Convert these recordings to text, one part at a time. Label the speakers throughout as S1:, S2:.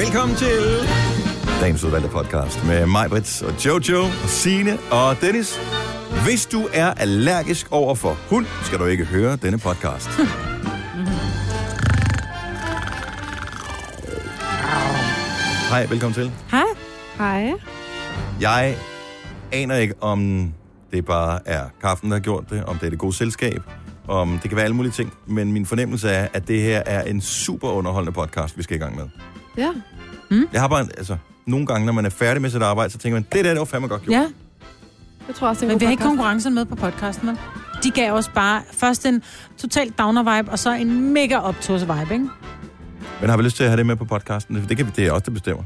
S1: Velkommen til dagens udvalgte podcast med mig, Brits og Jojo, og Sine og Dennis. Hvis du er allergisk over for hund, skal du ikke høre denne podcast. Hej, velkommen til.
S2: Hej.
S3: Hej.
S1: Jeg aner ikke, om det bare er kaffen, der har gjort det, om det er det gode selskab, om det kan være alle mulige ting, men min fornemmelse er, at det her er en super underholdende podcast, vi skal i gang med.
S3: Ja.
S1: Jeg har bare, en- altså, nogle gange, når man er færdig med sit arbejde, så tænker man, det der, det var fandme godt gjort.
S2: Ja,
S3: Jeg tror også, det er
S2: men
S3: en
S2: vi
S3: god
S2: har ikke
S3: podcast.
S2: konkurrencen med på podcasten, vel? De gav os bare først en totalt downer-vibe, og så en mega opturs-vibe, ikke?
S1: Men har vi lyst til at have det med på podcasten? Det, kan vi, det er os, der bestemmer.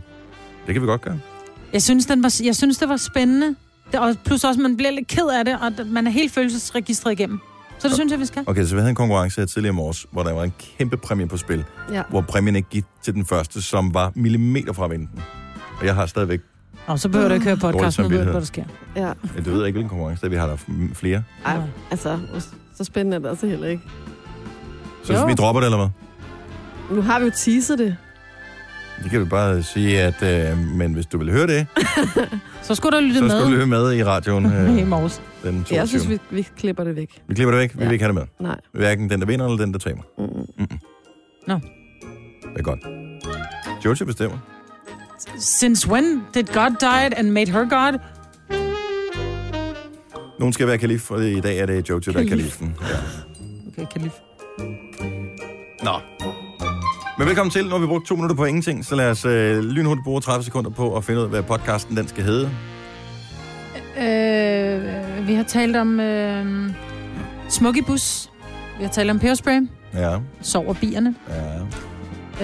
S1: Det kan vi godt gøre.
S2: Jeg synes, den var, jeg synes det var spændende. Det, og plus også, man bliver lidt ked af det, og d- man er helt følelsesregistret igennem. Så det synes jeg, vi skal.
S1: Okay, så vi havde en konkurrence her tidligere i morges, hvor der var en kæmpe præmie på spil,
S3: Ja.
S1: hvor præmien ikke gik til den første, som var millimeter fra vinden. Og jeg har stadigvæk,
S2: Og så behøver du ikke høre podcasten,
S1: Dårlig
S2: nu ved du,
S1: samvittighed.
S2: hvad der sker.
S3: ja.
S1: jeg ved ikke, hvilken konkurrence det er, vi har der f- flere.
S3: Ej, altså, så spændende er det altså heller ikke.
S1: Så
S2: Jo.
S1: vi dropper det, eller hvad?
S3: Nu har vi jo teaset det.
S1: Det kan vi bare sige, at øh, men hvis du vil høre det,
S2: Så skulle du lytte
S1: så
S2: med
S1: skal du lytte med i radioen
S2: i
S1: øh,
S2: morges.
S1: den 22.
S3: Jeg synes, vi, vi klipper det væk.
S1: vi klipper det væk, vi
S3: Ja.
S1: vil ikke have det med.
S3: Nej.
S1: Hverken den, der vinder, eller den, der taber.
S3: Mm.
S2: Nå.
S1: Det er godt. Jojo bestemmer.
S2: Since when did God died and made her God?
S1: Nogen skal være kalif, og i dag er det Jojo, der er
S3: Kalif.
S1: kalifen. Ja.
S2: Okay, kan lige...
S1: Nå. Men velkommen til. Nu har vi brugt to minutter på ingenting, så lad os øh, lynhurtigt bruge 30 sekunder på at finde ud af, hvad podcasten den skal hedde.
S2: Øh, vi har talt om øh, Smukke Bus. Vi har talt om peberspray.
S1: Ja,
S2: Sover bierne.
S1: ja.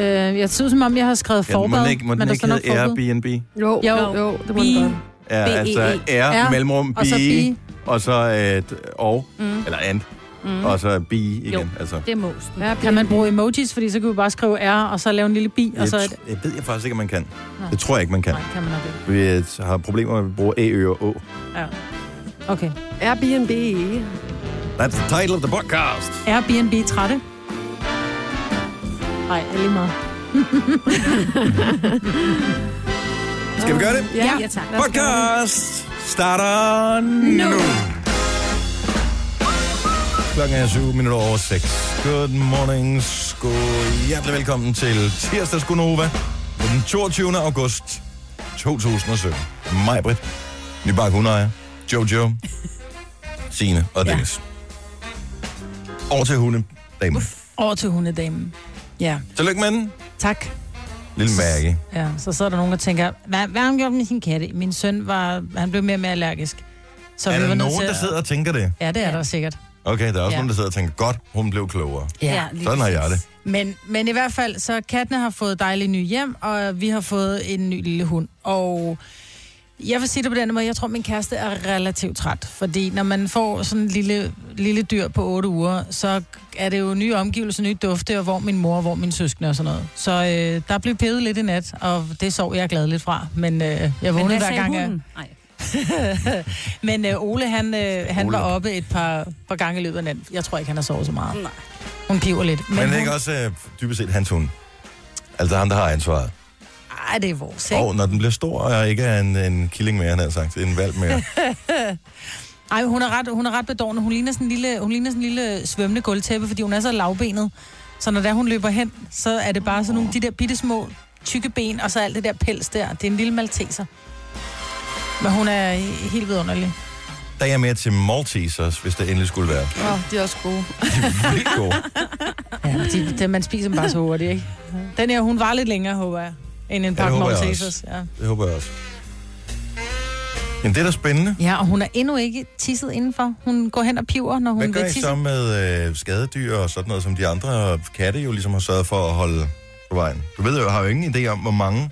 S2: Øh, jeg synes, som om jeg har skrevet
S1: ja må
S2: forbad,
S1: den ikke, må den
S2: men der
S1: ikke
S2: står nok
S1: hedde
S2: forbud.
S1: Airbnb?
S3: Jo,
S2: Jo.
S3: jo, jo, det må
S2: Bi.
S3: den godt.
S1: Ja,
S4: B-E-E.
S1: altså R,
S2: E. R,
S1: mellemrum,
S2: Og så
S1: bi,
S2: bi.
S1: og så et og,
S4: Mm.
S1: eller and,
S4: Mm.
S1: og så bi igen.
S4: Jo.
S1: Altså,
S4: Det er mosten.
S3: Ja,
S2: Kan man bruge emojis, fordi så kan vi bare skrive R, og så lave en lille bi, og
S1: jeg,
S2: så... Et...
S1: t- jeg ved jeg faktisk ikke, om man kan.
S2: Nå.
S1: Det tror jeg ikke, man kan.
S2: Nej, kan man nok ikke.
S1: Vi øh, har problemer med at bruge A, Ø og Å.
S2: Okay.
S3: Airbnb.
S1: That's the title of the podcast.
S2: Airbnb trætte? Nej, jeg er lige meget.
S1: Skal vi gøre det?
S3: Ja.
S2: ja tak. Lad os gøre det.
S1: Podcast starter nu. Klokken er 7 minutter over 6. Good morning, sko. Hjertelig velkommen til tirsdags Gunova på den 22. august 2017. Mig, Britt, Nybak Hundejer, Jojo, Signe og Dennis. Over til hunde, damen.
S2: Over til hundedamen. Ja,
S1: Tillykke med den,
S2: tak.
S1: lille Maggie.
S2: Ja, så sidder der nogen, der tænker, hvad, hvad har hun gjort med sin katte? Min søn var, han blev mere og mere allergisk. Så
S1: Er
S2: vi
S1: der
S2: var nødt
S1: nogen,
S2: til
S1: der
S2: at-
S1: sidder og tænker det?
S2: Ja, det er
S4: Ja.
S2: der sikkert.
S1: Okay, der er også
S2: Ja.
S1: nogen, der sidder og tænker, godt, hun blev klogere.
S2: Ja.
S4: lige
S1: Sådan har jeg det.
S4: præcis.
S2: Men, men i hvert fald, så kattene har fået dejlige nye hjem, og vi har fået en ny lille hund. Og jeg vil sige det på den måde, jeg tror, min kæreste er relativt træt. Fordi når man får sådan en lille, lille dyr på 8 uger, så er det jo nye omgivelser, nye dufte, og hvor min mor, og hvor min søskende og sådan noget. Så øh, der blev pedet lidt i nat, og det sov jeg glad lidt fra. Men øh, jeg
S4: Men
S2: vågnede
S4: hvad
S2: hver
S4: sagde
S2: gang. Jeg...
S4: hunden? Nej.
S2: Men øh, Ole, han, øh, han
S1: Ole.
S2: var oppe et par, par gange i løbet af natten. Jeg tror ikke, han har sovet så meget.
S4: Nej.
S2: Hun piver lidt.
S1: Men, Men det er
S2: hun...
S1: ikke også øh, dybest set hans hund? Altså ham, der har ansvaret.
S2: Ej, det er vores, ikke?
S1: Og når den bliver stor og ikke er en, en killing mere, han har sagt, en valp mere.
S2: Ej, hun er ret, hun er ret bedårende. Hun ligner sådan en lille, hun ligner sådan en lille svømmende gulvtæppe, fordi hun er så lavbenet. Så når der hun løber hen, så er det bare sådan nogle de der bitte små tykke ben, og så alt det der pels der. Det er en lille malteser. Men hun er he- helt vidunderlig.
S1: Der er jeg mere til Maltesers, hvis det endelig skulle være.
S3: Åh, de er også gode.
S1: Vildt god.
S2: Ja, de, de, man spiser dem bare så hurtigt, ikke? Den her, hun var lidt længere, håber jeg, end en
S1: Ja, det
S2: pakke
S1: håber jeg
S2: Maltesers. Ja.
S1: Det håber jeg også. Men det er da spændende.
S2: ja, og hun er endnu ikke tisset indenfor. Hun går hen og piver, når hun
S1: Hvad gør
S2: vil
S1: I
S2: tisse.
S1: så med øh, skadedyr og sådan noget, som de andre katte jo ligesom har sørget for at holde på vejen? Du ved jo, har jo ingen idé om, hvor mange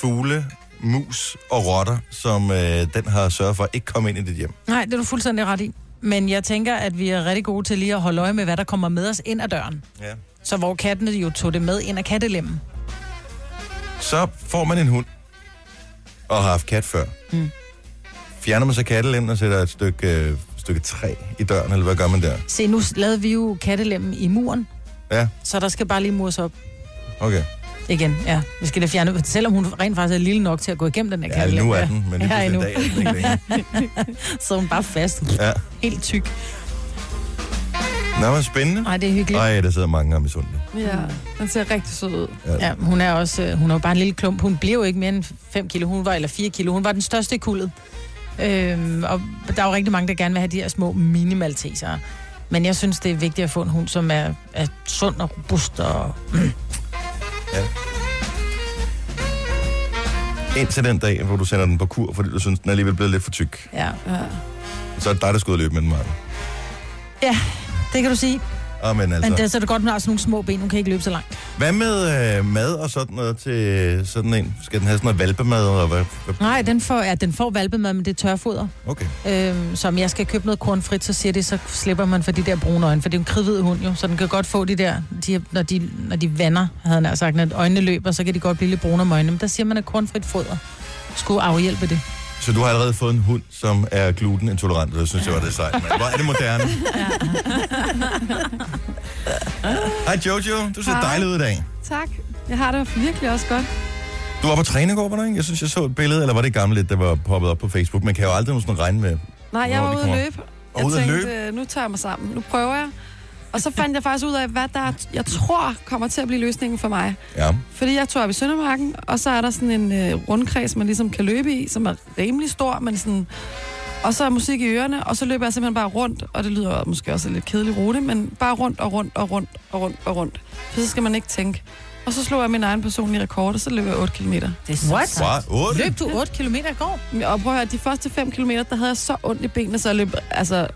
S1: fugle, mus og rotter, som øh, den har sørget for at ikke komme ind i dit hjem.
S2: Nej, det er du fuldstændig ret i. Men jeg tænker, at vi er rigtig gode til lige at holde øje med, hvad der kommer med os ind ad døren.
S1: Ja.
S2: Så hvor kattene jo tog det med ind af kattelemmen.
S1: så får man en hund, og har haft kat før. Mm. Fjerner man så kattelemmen og sætter et stykke, øh, stykke træ i døren, eller hvad gør man der?
S2: Se, nu lavede vi jo kattelemmen i muren,
S1: Ja,
S2: så der skal bare lige mures op.
S1: okay.
S2: Igen, ja. Vi skal da fjerne ud, selvom hun rent faktisk er lille nok til at gå igennem den her
S1: Ja, nu er den, men lige
S2: Ja,
S1: pludselig en
S2: endnu.
S1: dag er den ikke længere.
S2: Så er hun bare fast,
S1: Ja.
S2: helt tyk.
S1: Nå, men spændende.
S2: Nej, det er hyggeligt.
S1: Ej, der sidder mange om i sundet.
S3: Ja, den ser rigtig sød ud.
S2: Ja, hun er også, øh, hun er jo bare en lille klump. Hun blev jo ikke mere end 5 kilo, hun var, eller 4 kilo. Hun var den største i kuldet. Øhm, og der er jo rigtig mange, der gerne vil have de her små minimaltesere. Men jeg synes, det er vigtigt at få en hund, som er, er sund og robust. Og...
S1: Indtil den dag, hvor du sender den på kur, fordi du synes, den er alligevel blevet lidt for tyk.
S2: Ja,
S3: Ja.
S1: Så er det dig, der skal ud og løbe med den, Maja.
S2: det kan du sige.
S1: Åh, men
S2: Men
S1: altså.
S2: det er så det godt, hun har sådan nogle små ben. Hun kan ikke løbe så langt.
S1: Hvad med øh, mad og sådan noget til sådan en? Skal den have sådan noget valpemad? Og hvad? hvad-
S2: Nej, den får, ja, den får valpemad, men det er tørfoder.
S1: Okay.
S2: Øhm, som jeg skal købe noget kornfrit, så siger det, så slipper man for de der brune øjne. For det er en kridhvid hund jo, så den kan godt få de der, de, når, de, når de vander, havde han sagt, når øjnene løber, så kan de godt blive lidt brune om øjnene. Men der siger man, at kornfrit foder skulle afhjælpe det.
S1: Så du har allerede fået en hund, som er glutenintolerant, og det synes jeg var det sejt. mand. Hvor er det moderne. Hej Jojo, du ser
S3: Hej.
S1: dejlig ud i dag.
S3: Tak. Jeg har det virkelig også godt.
S1: Du var på træne i går, var du ikke? Jeg synes, jeg så et billede, eller var det gamle lidt, der var poppet op på Facebook? Man kan jo aldrig sådan regne med.
S3: Nej, jeg
S1: Hvornår
S3: var
S1: de
S3: ude
S1: kommer.
S3: at løbe.
S1: Og ude at
S3: tænkte,
S1: løbe.
S3: øh, nu tager jeg mig sammen. Nu prøver jeg. Og så fandt jeg faktisk ud af, hvad der, jeg tror, kommer til at blive løsningen for mig.
S1: Ja.
S3: Fordi jeg tog op i Søndermarken, og så er der sådan en øh, rundkreds, man ligesom kan løbe i, som er rimelig stor, men sådan... Og så er musik i ørerne, og så løber jeg simpelthen bare rundt, og det lyder måske også en lidt kedelig rute, men bare rundt og rundt og rundt og rundt og rundt. For så skal man ikke tænke. Og så slog jeg min egen personlige rekord, og så løb jeg 8 km.
S4: Det er så
S2: What?
S4: sejt.
S1: Bare 8.
S2: Løb du 8 km i går?
S3: Og prøv at høre, de første 5 km, der havde jeg så ondt i benene, så jeg løb altså,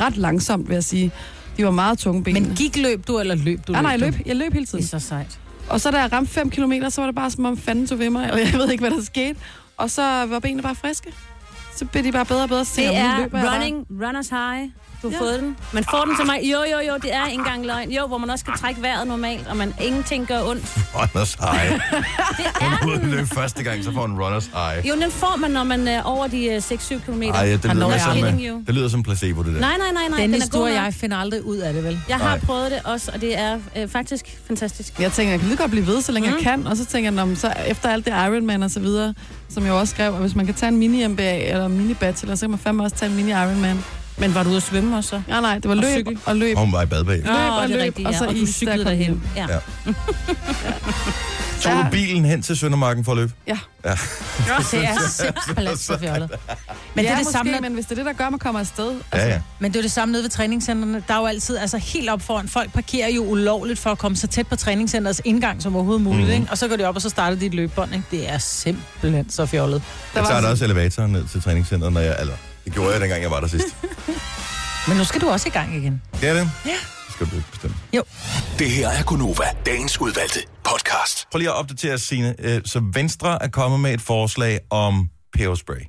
S3: ret langsomt, vil jeg sige. De var meget tunge benene. Ah,
S2: Men gik løb du, eller Ah, løb du?
S3: Nej, nej, jeg
S2: du?
S3: løb. Jeg løb hele
S4: Det
S3: tiden.
S4: er så sejt.
S3: Og så da jeg ramte 5 km, så var det bare som om fanden tog ved mig, eller jeg ved ikke, hvad der skete. Og så var benene bare friske. Så blev de bare bedre og bedre. Så
S4: Det
S3: tænkte jeg, nu
S4: er
S3: løber jeg bare.
S4: running, runners high. Du har
S3: Ja.
S4: ja. fået den. Man får den til mig. Jo, jo, jo, det er ikke engang løgn. Jo, hvor man også kan trække vejret normalt, og man ingenting gør ondt.
S1: Runners high.
S4: Det
S1: Hun
S4: er
S1: er ude at
S4: den.
S1: løbe første gang, så får en runners high.
S4: Jo, den får man, når man er over de øh, 6-7 km.
S1: Ej, ja, det lyder,
S2: Han når
S1: lidt
S2: jeg
S1: som,
S4: kidding
S1: øh,
S4: you.
S1: det lyder som placebo, det der.
S4: Nej, nej, nej, nej. den
S2: Dennis,
S4: er
S2: du
S4: god
S2: og
S4: nok.
S2: jeg finder aldrig ud af det, vel?
S4: Jeg har
S1: Nej.
S4: prøvet det også, og det er øh, faktisk fantastisk.
S3: Jeg tænker, jeg kan lige godt blive ved, så længe mm. jeg
S4: Mm.
S3: kan. Og så tænker jeg, "Nå, men så efter alt det Ironman og så videre, som jeg jo også skrev, at hvis man kan tage en mini-MBA eller en mini-bachelor, så kan man fandme også tage en mini-Ironman.
S4: Men var du ude at svømme også? så?
S3: Nej, nej, det var
S4: Og
S3: løb og,
S4: cykel.
S3: løb.
S1: Og hun var i oh, bad bag.
S4: Nå,
S3: Løb og
S4: det
S3: løb,
S4: er rigtigt,
S3: og
S4: ja.
S3: så
S4: Og du
S3: is, der
S4: cyklede
S3: kom
S4: derhen.
S3: hjem.
S4: Ja.
S1: Ja. Tog
S3: Ja.
S1: du bilen hen til Søndermarken for at løbe?
S2: Det er simpelthen så fjollet. Men
S3: Men
S2: det
S3: ja,
S2: er det
S3: det måske,
S2: samme, når-
S3: samme... men hvis det er det, der gør, at man kommer afsted. altså,
S1: Ja, ja.
S2: Men det er jo det samme nede ved træningscenterne. Der er jo altid, altså helt op foran, folk parkerer jo ulovligt for at komme så tæt på træningscenterets indgang som overhovedet muligt,
S1: Mhm.
S2: mm. ikke? Og så går de op, og så starter de et løbebånd, ikke? Det er simpelthen så fjollet.
S1: Jeg tager da
S3: sådan-
S1: også elevatoren ned til træningscenteret, når jeg... Altså, det gjorde jeg, dengang jeg var der sidst.
S2: Men nu skal du også i gang igen.
S1: Det er det?
S2: Ja.
S1: Det skal du bestemme.
S5: Det her er Gonova, dagens udvalgte podcast.
S1: Prøv lige at opdatere Signe. Øh, Så Venstre er kommet med et forslag om peberspray.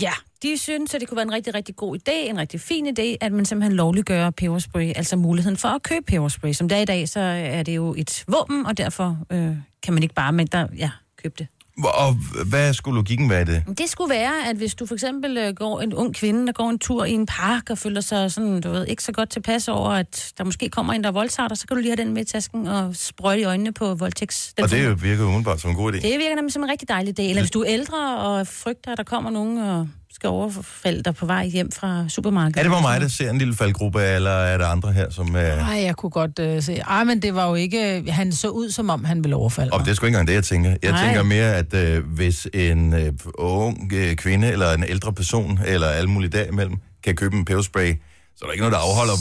S4: Ja, de synes, at det kunne være en rigtig, rigtig god idé, en rigtig fin idé, at man simpelthen lovliggør peberspray, altså muligheden for at købe peberspray. Som det er i dag, så er det jo et våben, og derfor øh, kan man ikke bare med der, ja, købe det.
S1: Hvor- Og hvad skulle logikken være i det?
S4: Det skulle være, at hvis du for eksempel øh, går en ung kvinde, der går en tur i en park og føler sig sådan, du ved, ikke så godt tilpas over, at der måske kommer en, der voldtager dig, så kan du lige have den med i tasken og sprøjte i øjnene på voldtægts. Den
S1: Og det
S4: fungerer.
S1: jo virker umiddelbart som en god idé.
S4: det virker nemlig som en rigtig dejlig idé. Eller hvis du er ældre og frygter, at der kommer nogen og skal overfalde dig på vej hjem fra supermarkedet.
S1: Er det bare mig, der ser en lille faldgruppe, eller er der andre her, som... Øh...
S2: Ej, jeg kunne godt øh, se. Ej, men det var jo ikke... Han så ud, som om han ville overfalde
S1: Og det er sgu ikke engang det, jeg tænker. Jeg
S4: Nej.
S1: tænker mere, at øh, hvis en øh, ung øh, kvinde eller en ældre person, eller alle mulige der imellem, kan købe en peberspray, så er der ikke noget, der afholder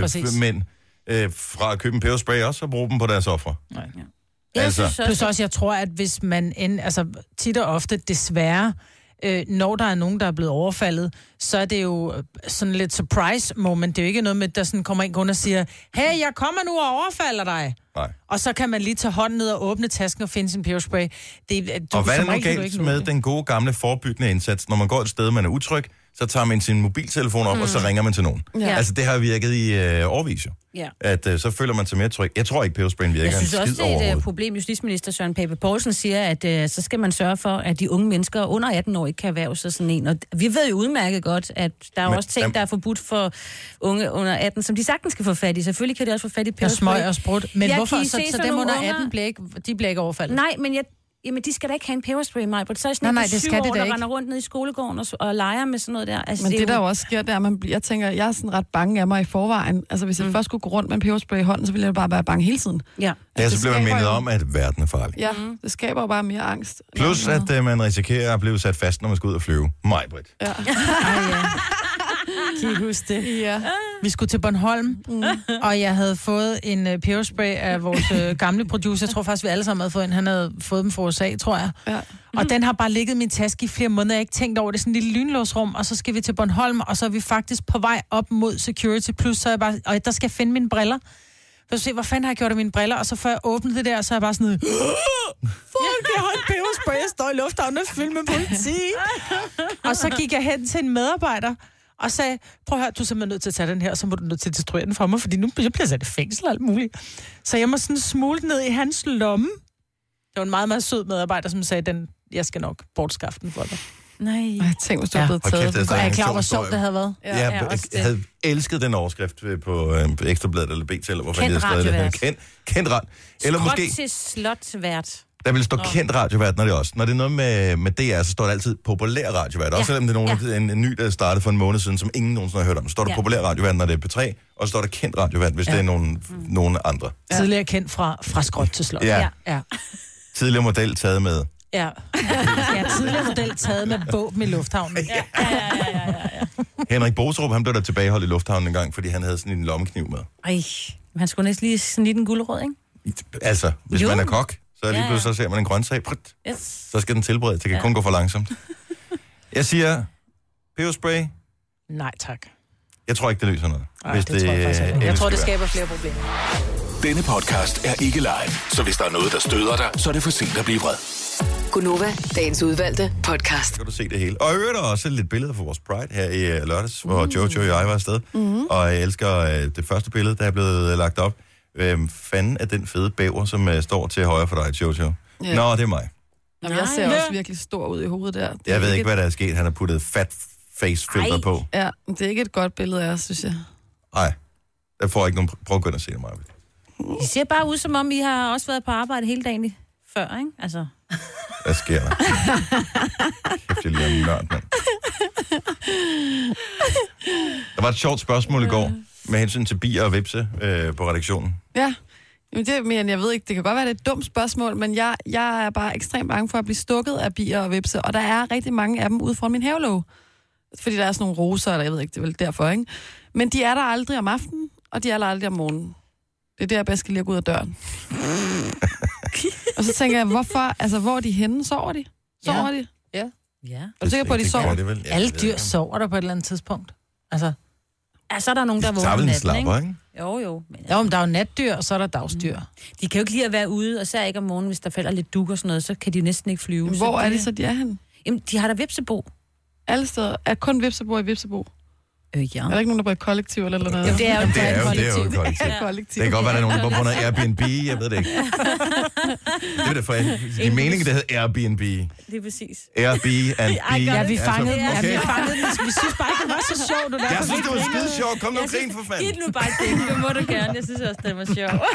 S2: Præcis.
S1: voldsmænd øh, fra at købe en peberspray også og bruge dem på deres ofre.
S2: Nej, ja.
S4: Jeg
S1: Altså.
S4: synes
S2: Plus
S4: også,
S2: også, jeg tror, at hvis man end, altså tit og ofte desværre, øh, når der er nogen, der er blevet overfaldet, så er det jo øh, sådan lidt surprise moment. Det er jo ikke noget med, at der sådan kommer en kunde og siger, hey, jeg kommer nu og overfalder dig.
S1: Nej.
S2: Og så kan man lige tage hånden ned og åbne tasken og finde sin peberspray. Det, er- du,
S1: Og hvad er det
S2: som
S1: nu
S2: regel kan du ikke
S1: galt
S2: nå
S1: med
S2: det.
S1: den gode gamle forebyggende indsats, når man går et sted, man er utryg, så tager man sin mobiltelefon op, mm. og så ringer man til nogen. Ja.
S3: Ja.
S1: Altså, det har virket i øh, årvis jo.
S4: Ja.
S1: At øh, så føler man sig mere tryg. Jeg tror ikke, pebersprayen virker
S4: Jeg synes
S1: en
S4: også,
S1: skid
S4: det er et øh,
S1: overhovedet.
S4: problem. Justitsminister Søren Pape Poulsen siger, at øh, så skal man sørge for, at de unge mennesker under 18 år ikke kan erhverve sig sådan en. Og d- vi ved jo udmærket godt, at der er
S1: Men-
S4: Men, også ting, der er forbudt for unge under 18, som de sagtens kan få fat i. Selvfølgelig kan de også få fat i
S2: Og
S4: peberspray.
S2: smøg og sprut. Men
S4: Ja,
S2: ja, hvorfor?
S4: kan I
S2: Så,
S4: se
S2: så
S4: sådan
S2: dem
S4: nogle
S2: under
S4: unger?
S2: 18 bliver ikke, de bliver ikke overfaldet?
S4: Nej, men jeg, jamen, de skal da ikke have en peberspray, mig. Så er jeg sådan
S2: Nej,
S4: nej,
S2: nej,
S4: nej,
S2: det
S4: syv
S2: skal
S4: år,
S2: de da
S4: der
S2: ikke.
S4: render rundt ned i skolegården og, s- og leger med sådan noget der. Altså,
S3: Men
S4: er
S3: det, der
S4: jo-
S3: jo også sker, det er, at man, bliver- jeg tænker, jeg er sådan ret bange af mig i forvejen. Altså, hvis jeg mm. først skulle gå rundt med en peberspray i hånden, så ville jeg bare være bange hele tiden.
S4: Ja.
S1: Ja, så
S3: det
S1: bliver man
S3: skaber
S1: mindet
S3: jo-
S1: om, at verden er farlig.
S3: Ja, mm. det skaber jo bare mere angst.
S1: Plus, at øh, man risikerer at blive sat fast, når man skal ud og flyve. Mig, Britt.
S3: Ja.
S2: Kan I huske det?
S3: ja.
S2: Vi skulle til Bornholm, mm. og jeg havde fået en uh, peberspray af vores uh, gamle producer. Jeg tror faktisk, vi alle sammen havde fået en. Han havde fået dem fra USA, tror jeg.
S3: ja.
S2: Og den har bare ligget i min taske i flere måneder. Jeg har ikke tænkt over det. Det er sådan et lille lynlåsrum, og så skal vi til Bornholm, og så er vi faktisk på vej op mod security. Plus, så er jeg bare, og der skal jeg finde mine briller. Så se, hvor fanden har jeg gjort af mine briller? Og så får jeg åbnet det der, og så er jeg bare sådan noget... Fuck, jeg har en peberspray, jeg står i lufthavnen og fyldt med politi. og så gik jeg hen til en medarbejder, og sagde, prøv at høre, du er simpelthen nødt til at tage den her, og så må du nødt til at destruere den fra mig, fordi nu bliver jeg bliver sat i fængsel og alt muligt. Så jeg må sådan smule den ned i hans lomme. Det var en meget, meget sød medarbejder, som sagde, den, jeg skal nok bortskaffe den for dig.
S4: Nej.
S3: Ej, tænk, hvis du ja.
S2: Ja.
S3: blev
S1: Hold kæft,
S3: taget.
S1: det er
S3: Okay,
S2: Og jeg er
S1: en
S2: klar over,
S1: sjov
S2: hvor sjovt
S1: historie.
S2: det havde været.
S1: Ja,
S3: Ja,
S1: jeg,
S4: ja,
S1: jeg,
S4: også det.
S1: havde elsket den overskrift øh, på øh, Ekstrabladet eller BT, eller hvorfor
S4: Kendt
S1: det stadig det.
S4: radiovært.
S1: Kendt, kendt ret. Eller
S4: Skrot
S1: måske,
S4: til slotvært.
S1: der vil stå kendt radiovært, når det er også. Når det er noget med, med DR, så står der altid populær radiovært. Også
S4: Ja.
S1: selvom det er nogen, ja. en, en, ny, der startede for en måned siden, som ingen nogensinde har hørt om. Så står der ja.
S4: Ja.
S1: populær radiovært, når det er P3, og så står der kendt radiovært, hvis ja. det er nogen, nogen andre.
S2: Ja. Tidligere kendt fra, fra skråt til slot.
S1: Ja.
S4: Ja.
S2: Ja.
S1: Tidligere model taget med.
S2: Ja. ja. tidligere model taget med våben i lufthavnen. Ja.
S1: Henrik Bostrup, han blev der tilbageholdt i lufthavnen en gang, fordi han havde sådan en lommekniv med.
S4: Ej, men han skulle næsten lige snitte en guldråd, ikke?
S1: Altså, hvis jo.
S4: Jo.
S1: man er kok, så lige
S4: Ja, ja.
S1: pludselig så ser man en grøntsag. Prit,
S4: Yes.
S1: så skal den tilberedes. Det kan ja. kun gå for langsomt. Jeg siger, peberspray,
S2: Nej, tak.
S1: jeg tror ikke, det løser noget.
S2: Ej, det, tror jeg faktisk
S1: øh,
S2: ikke. Jeg
S1: endelig
S2: tror, det
S1: skulle
S2: skaber flere problemer.
S5: Denne podcast er ikke live, så hvis der er noget, der støder dig, så er det for sent at blive vred.
S6: Gunova, dagens udvalgte podcast.
S1: være. Så kan du se det hele. Og i øvrigt er der også lidt billeder fra vores Pride her i øh, lørdags, hvor Jojo og jeg var afsted.
S2: Mm-hmm.
S1: Mm. Og jeg elsker øh, det første billede, der er blevet øh, lagt op. Hvem fanden er den fede bæver, som øh, står til højre for dig, Jojo?
S3: Ja.
S1: Nå, det er mig.
S3: Jamen, jeg ser også virkelig stor ud i hovedet der. Det er
S1: Jeg ved ikke,
S3: et-
S1: hvad der er sket. Han har puttet fat face filter
S4: Ej.
S1: på.
S3: Ja, men det er ikke et godt billede af os, synes jeg.
S1: Nej, der får jeg ikke nogen... Prøv at gå ind og se det, mig.
S4: I ser bare ud, som om I har også været på arbejde hele dagen i- før, ikke? Altså,
S1: Hvad sker der? Kæft, jeg ligner en nørd, mand. Der var et sjovt spørgsmål i går med hensyn til bier og vipse øh, på redaktionen.
S3: Ja, Jamen, det, men jeg ved ikke, det kan godt være, det er et dumt spørgsmål, men jeg, jeg er bare ekstremt bange for at blive stukket af bier og vipse, og der er rigtig mange af dem ude foran min havelåge. Fordi der er sådan nogle roser, eller jeg ved ikke, det er vel derfor, ikke? Men de er der aldrig om aftenen, og de er der aldrig om morgenen. Det er der, jeg bedst skal lige gå ud af døren. og så tænker jeg, hvorfor, altså hvor er de henne? Sover de? Sover ja. de?
S4: ja.
S3: Er du sikker på, at de
S1: Det gør
S3: sover?
S1: det vel? Ja,
S2: Alle
S1: det ved
S2: dyr
S1: jeg.
S2: sover der på et eller andet tidspunkt. Altså,
S4: Ja, så er der nogen, der
S1: De tager
S4: vågner
S1: vel en
S4: natten,
S1: slapper,
S4: ikke?
S1: ikke?
S4: Jo, jo. Men,
S2: jo, men der er jo natdyr, og så er der dagsdyr.
S1: Mm.
S4: de kan jo ikke lide at være ude, og så ikke om morgenen, hvis der falder lidt duk og sådan noget, så kan de jo næsten ikke flyve.
S3: Jamen, Hvor
S4: så
S3: er det så, de er henne?
S4: Jamen, de har da vipsebo.
S3: Alle steder. Er kun Vipsebo i Vipsebo?
S4: Øh, ja.
S3: Er der ikke nogen, der bor i kollektiv eller eller noget?
S4: Jamen, det er jo
S1: Det er jo, det er jo
S4: kollektiv.
S1: et kollektiv.
S3: er kollektiv.
S1: Det kan godt være, der er nogen, der bor på noget Airbnb, jeg ved det ikke. Det er det for, de meningen, det hedder Airbnb.
S4: Det er præcis.
S1: Airbnb.
S2: Ja, vi fangede den.
S1: altså, okay.
S2: Ja, vi fangede den. Vi synes bare ikke, det var så sjovt. og derfor
S1: Jeg synes,
S2: vi
S1: det var
S2: ikke
S1: skide sjovt. Kom nu,
S4: Jeg
S1: grin
S4: synes-
S1: for
S4: Giv
S1: fanden.
S4: den nu bare et ding, det må du gerne. Jeg synes også, det var sjovt.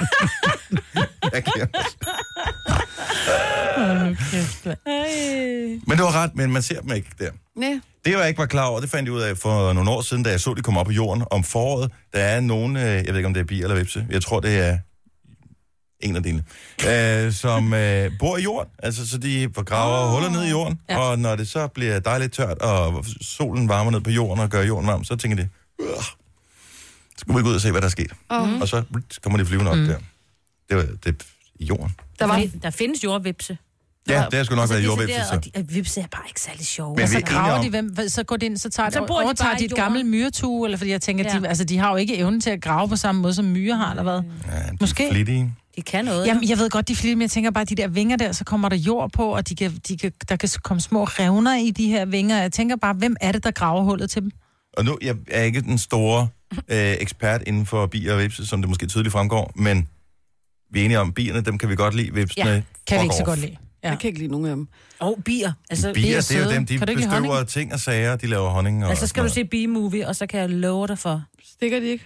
S1: Jeg kan-
S2: griner.
S1: Men du har ret, men man ser dem ikke der.
S3: Nej.
S1: Det, jeg ikke var klar over, det fandt jeg ud af for nogle år siden, da jeg så, de kom op på jorden om foråret. Der er nogen, øh, jeg ved ikke, om det er bier eller vipse, jeg tror, det er en af dine, øh, som øh, bor i jorden. Altså, så de graver oh. huller ned i jorden, ja. og når det så bliver dejligt tørt, og solen varmer ned på jorden og gør jorden varm, så tænker de, "Ugh." så skal vi gå ud og se, hvad der er sket. Mm. Og så blut, kommer de flyvende op mm. der. Det var det i jorden.
S4: Der, var... der findes jordvipse.
S1: Ja, det har sgu nok været jordvipse,
S4: decideret,
S1: så.
S4: Og altså, de, og vipse er bare ikke særlig sjove.
S1: Men
S4: Men...
S1: vi
S2: Så
S1: er enige
S2: graver de,
S1: om,
S2: hvem, hvad- så går de ind, så tager
S4: Så
S2: så de,
S4: bor de
S2: overtager
S4: bare
S2: de
S4: i
S2: et
S4: jorden.
S2: gammel myretue, eller fordi jeg tænker, ja.
S4: Ja.
S2: de, altså, de har jo ikke evnen til at grave på samme måde, som myrer har, eller hvad?
S1: ja, de er
S2: Måske.
S1: flittige.
S4: De De kan noget. Jamen,
S2: Jamen, jeg ved godt, de er flittige, men jeg tænker bare, de der vinger der, så kommer der jord på, og de kan, de kan, der kan komme små revner i de her vinger. Jeg tænker bare, hvem er det, der graver hullet til dem?
S1: Og nu, jeg er ikke den store øh, ekspert inden for bier og vipse, som det måske tydeligt fremgår, men vi er enige om, bierne, dem kan vi godt lide, vipsene.
S4: Ja,
S2: Kan
S1: fuck
S2: vi ikke så
S1: off.
S2: godt lide. Ja.
S3: Jeg kan ikke lide nogen af dem.
S4: og bier. Altså,
S1: Bier,
S2: er
S1: det er jo
S2: søde.
S1: dem, de
S2: Kan du ikke lide
S1: bestøver
S2: honning?
S1: ting og sager, de laver honning og
S4: altså skal du
S1: sådan
S4: se B-movie, og så kan jeg love dig for.
S3: Stikker de ikke?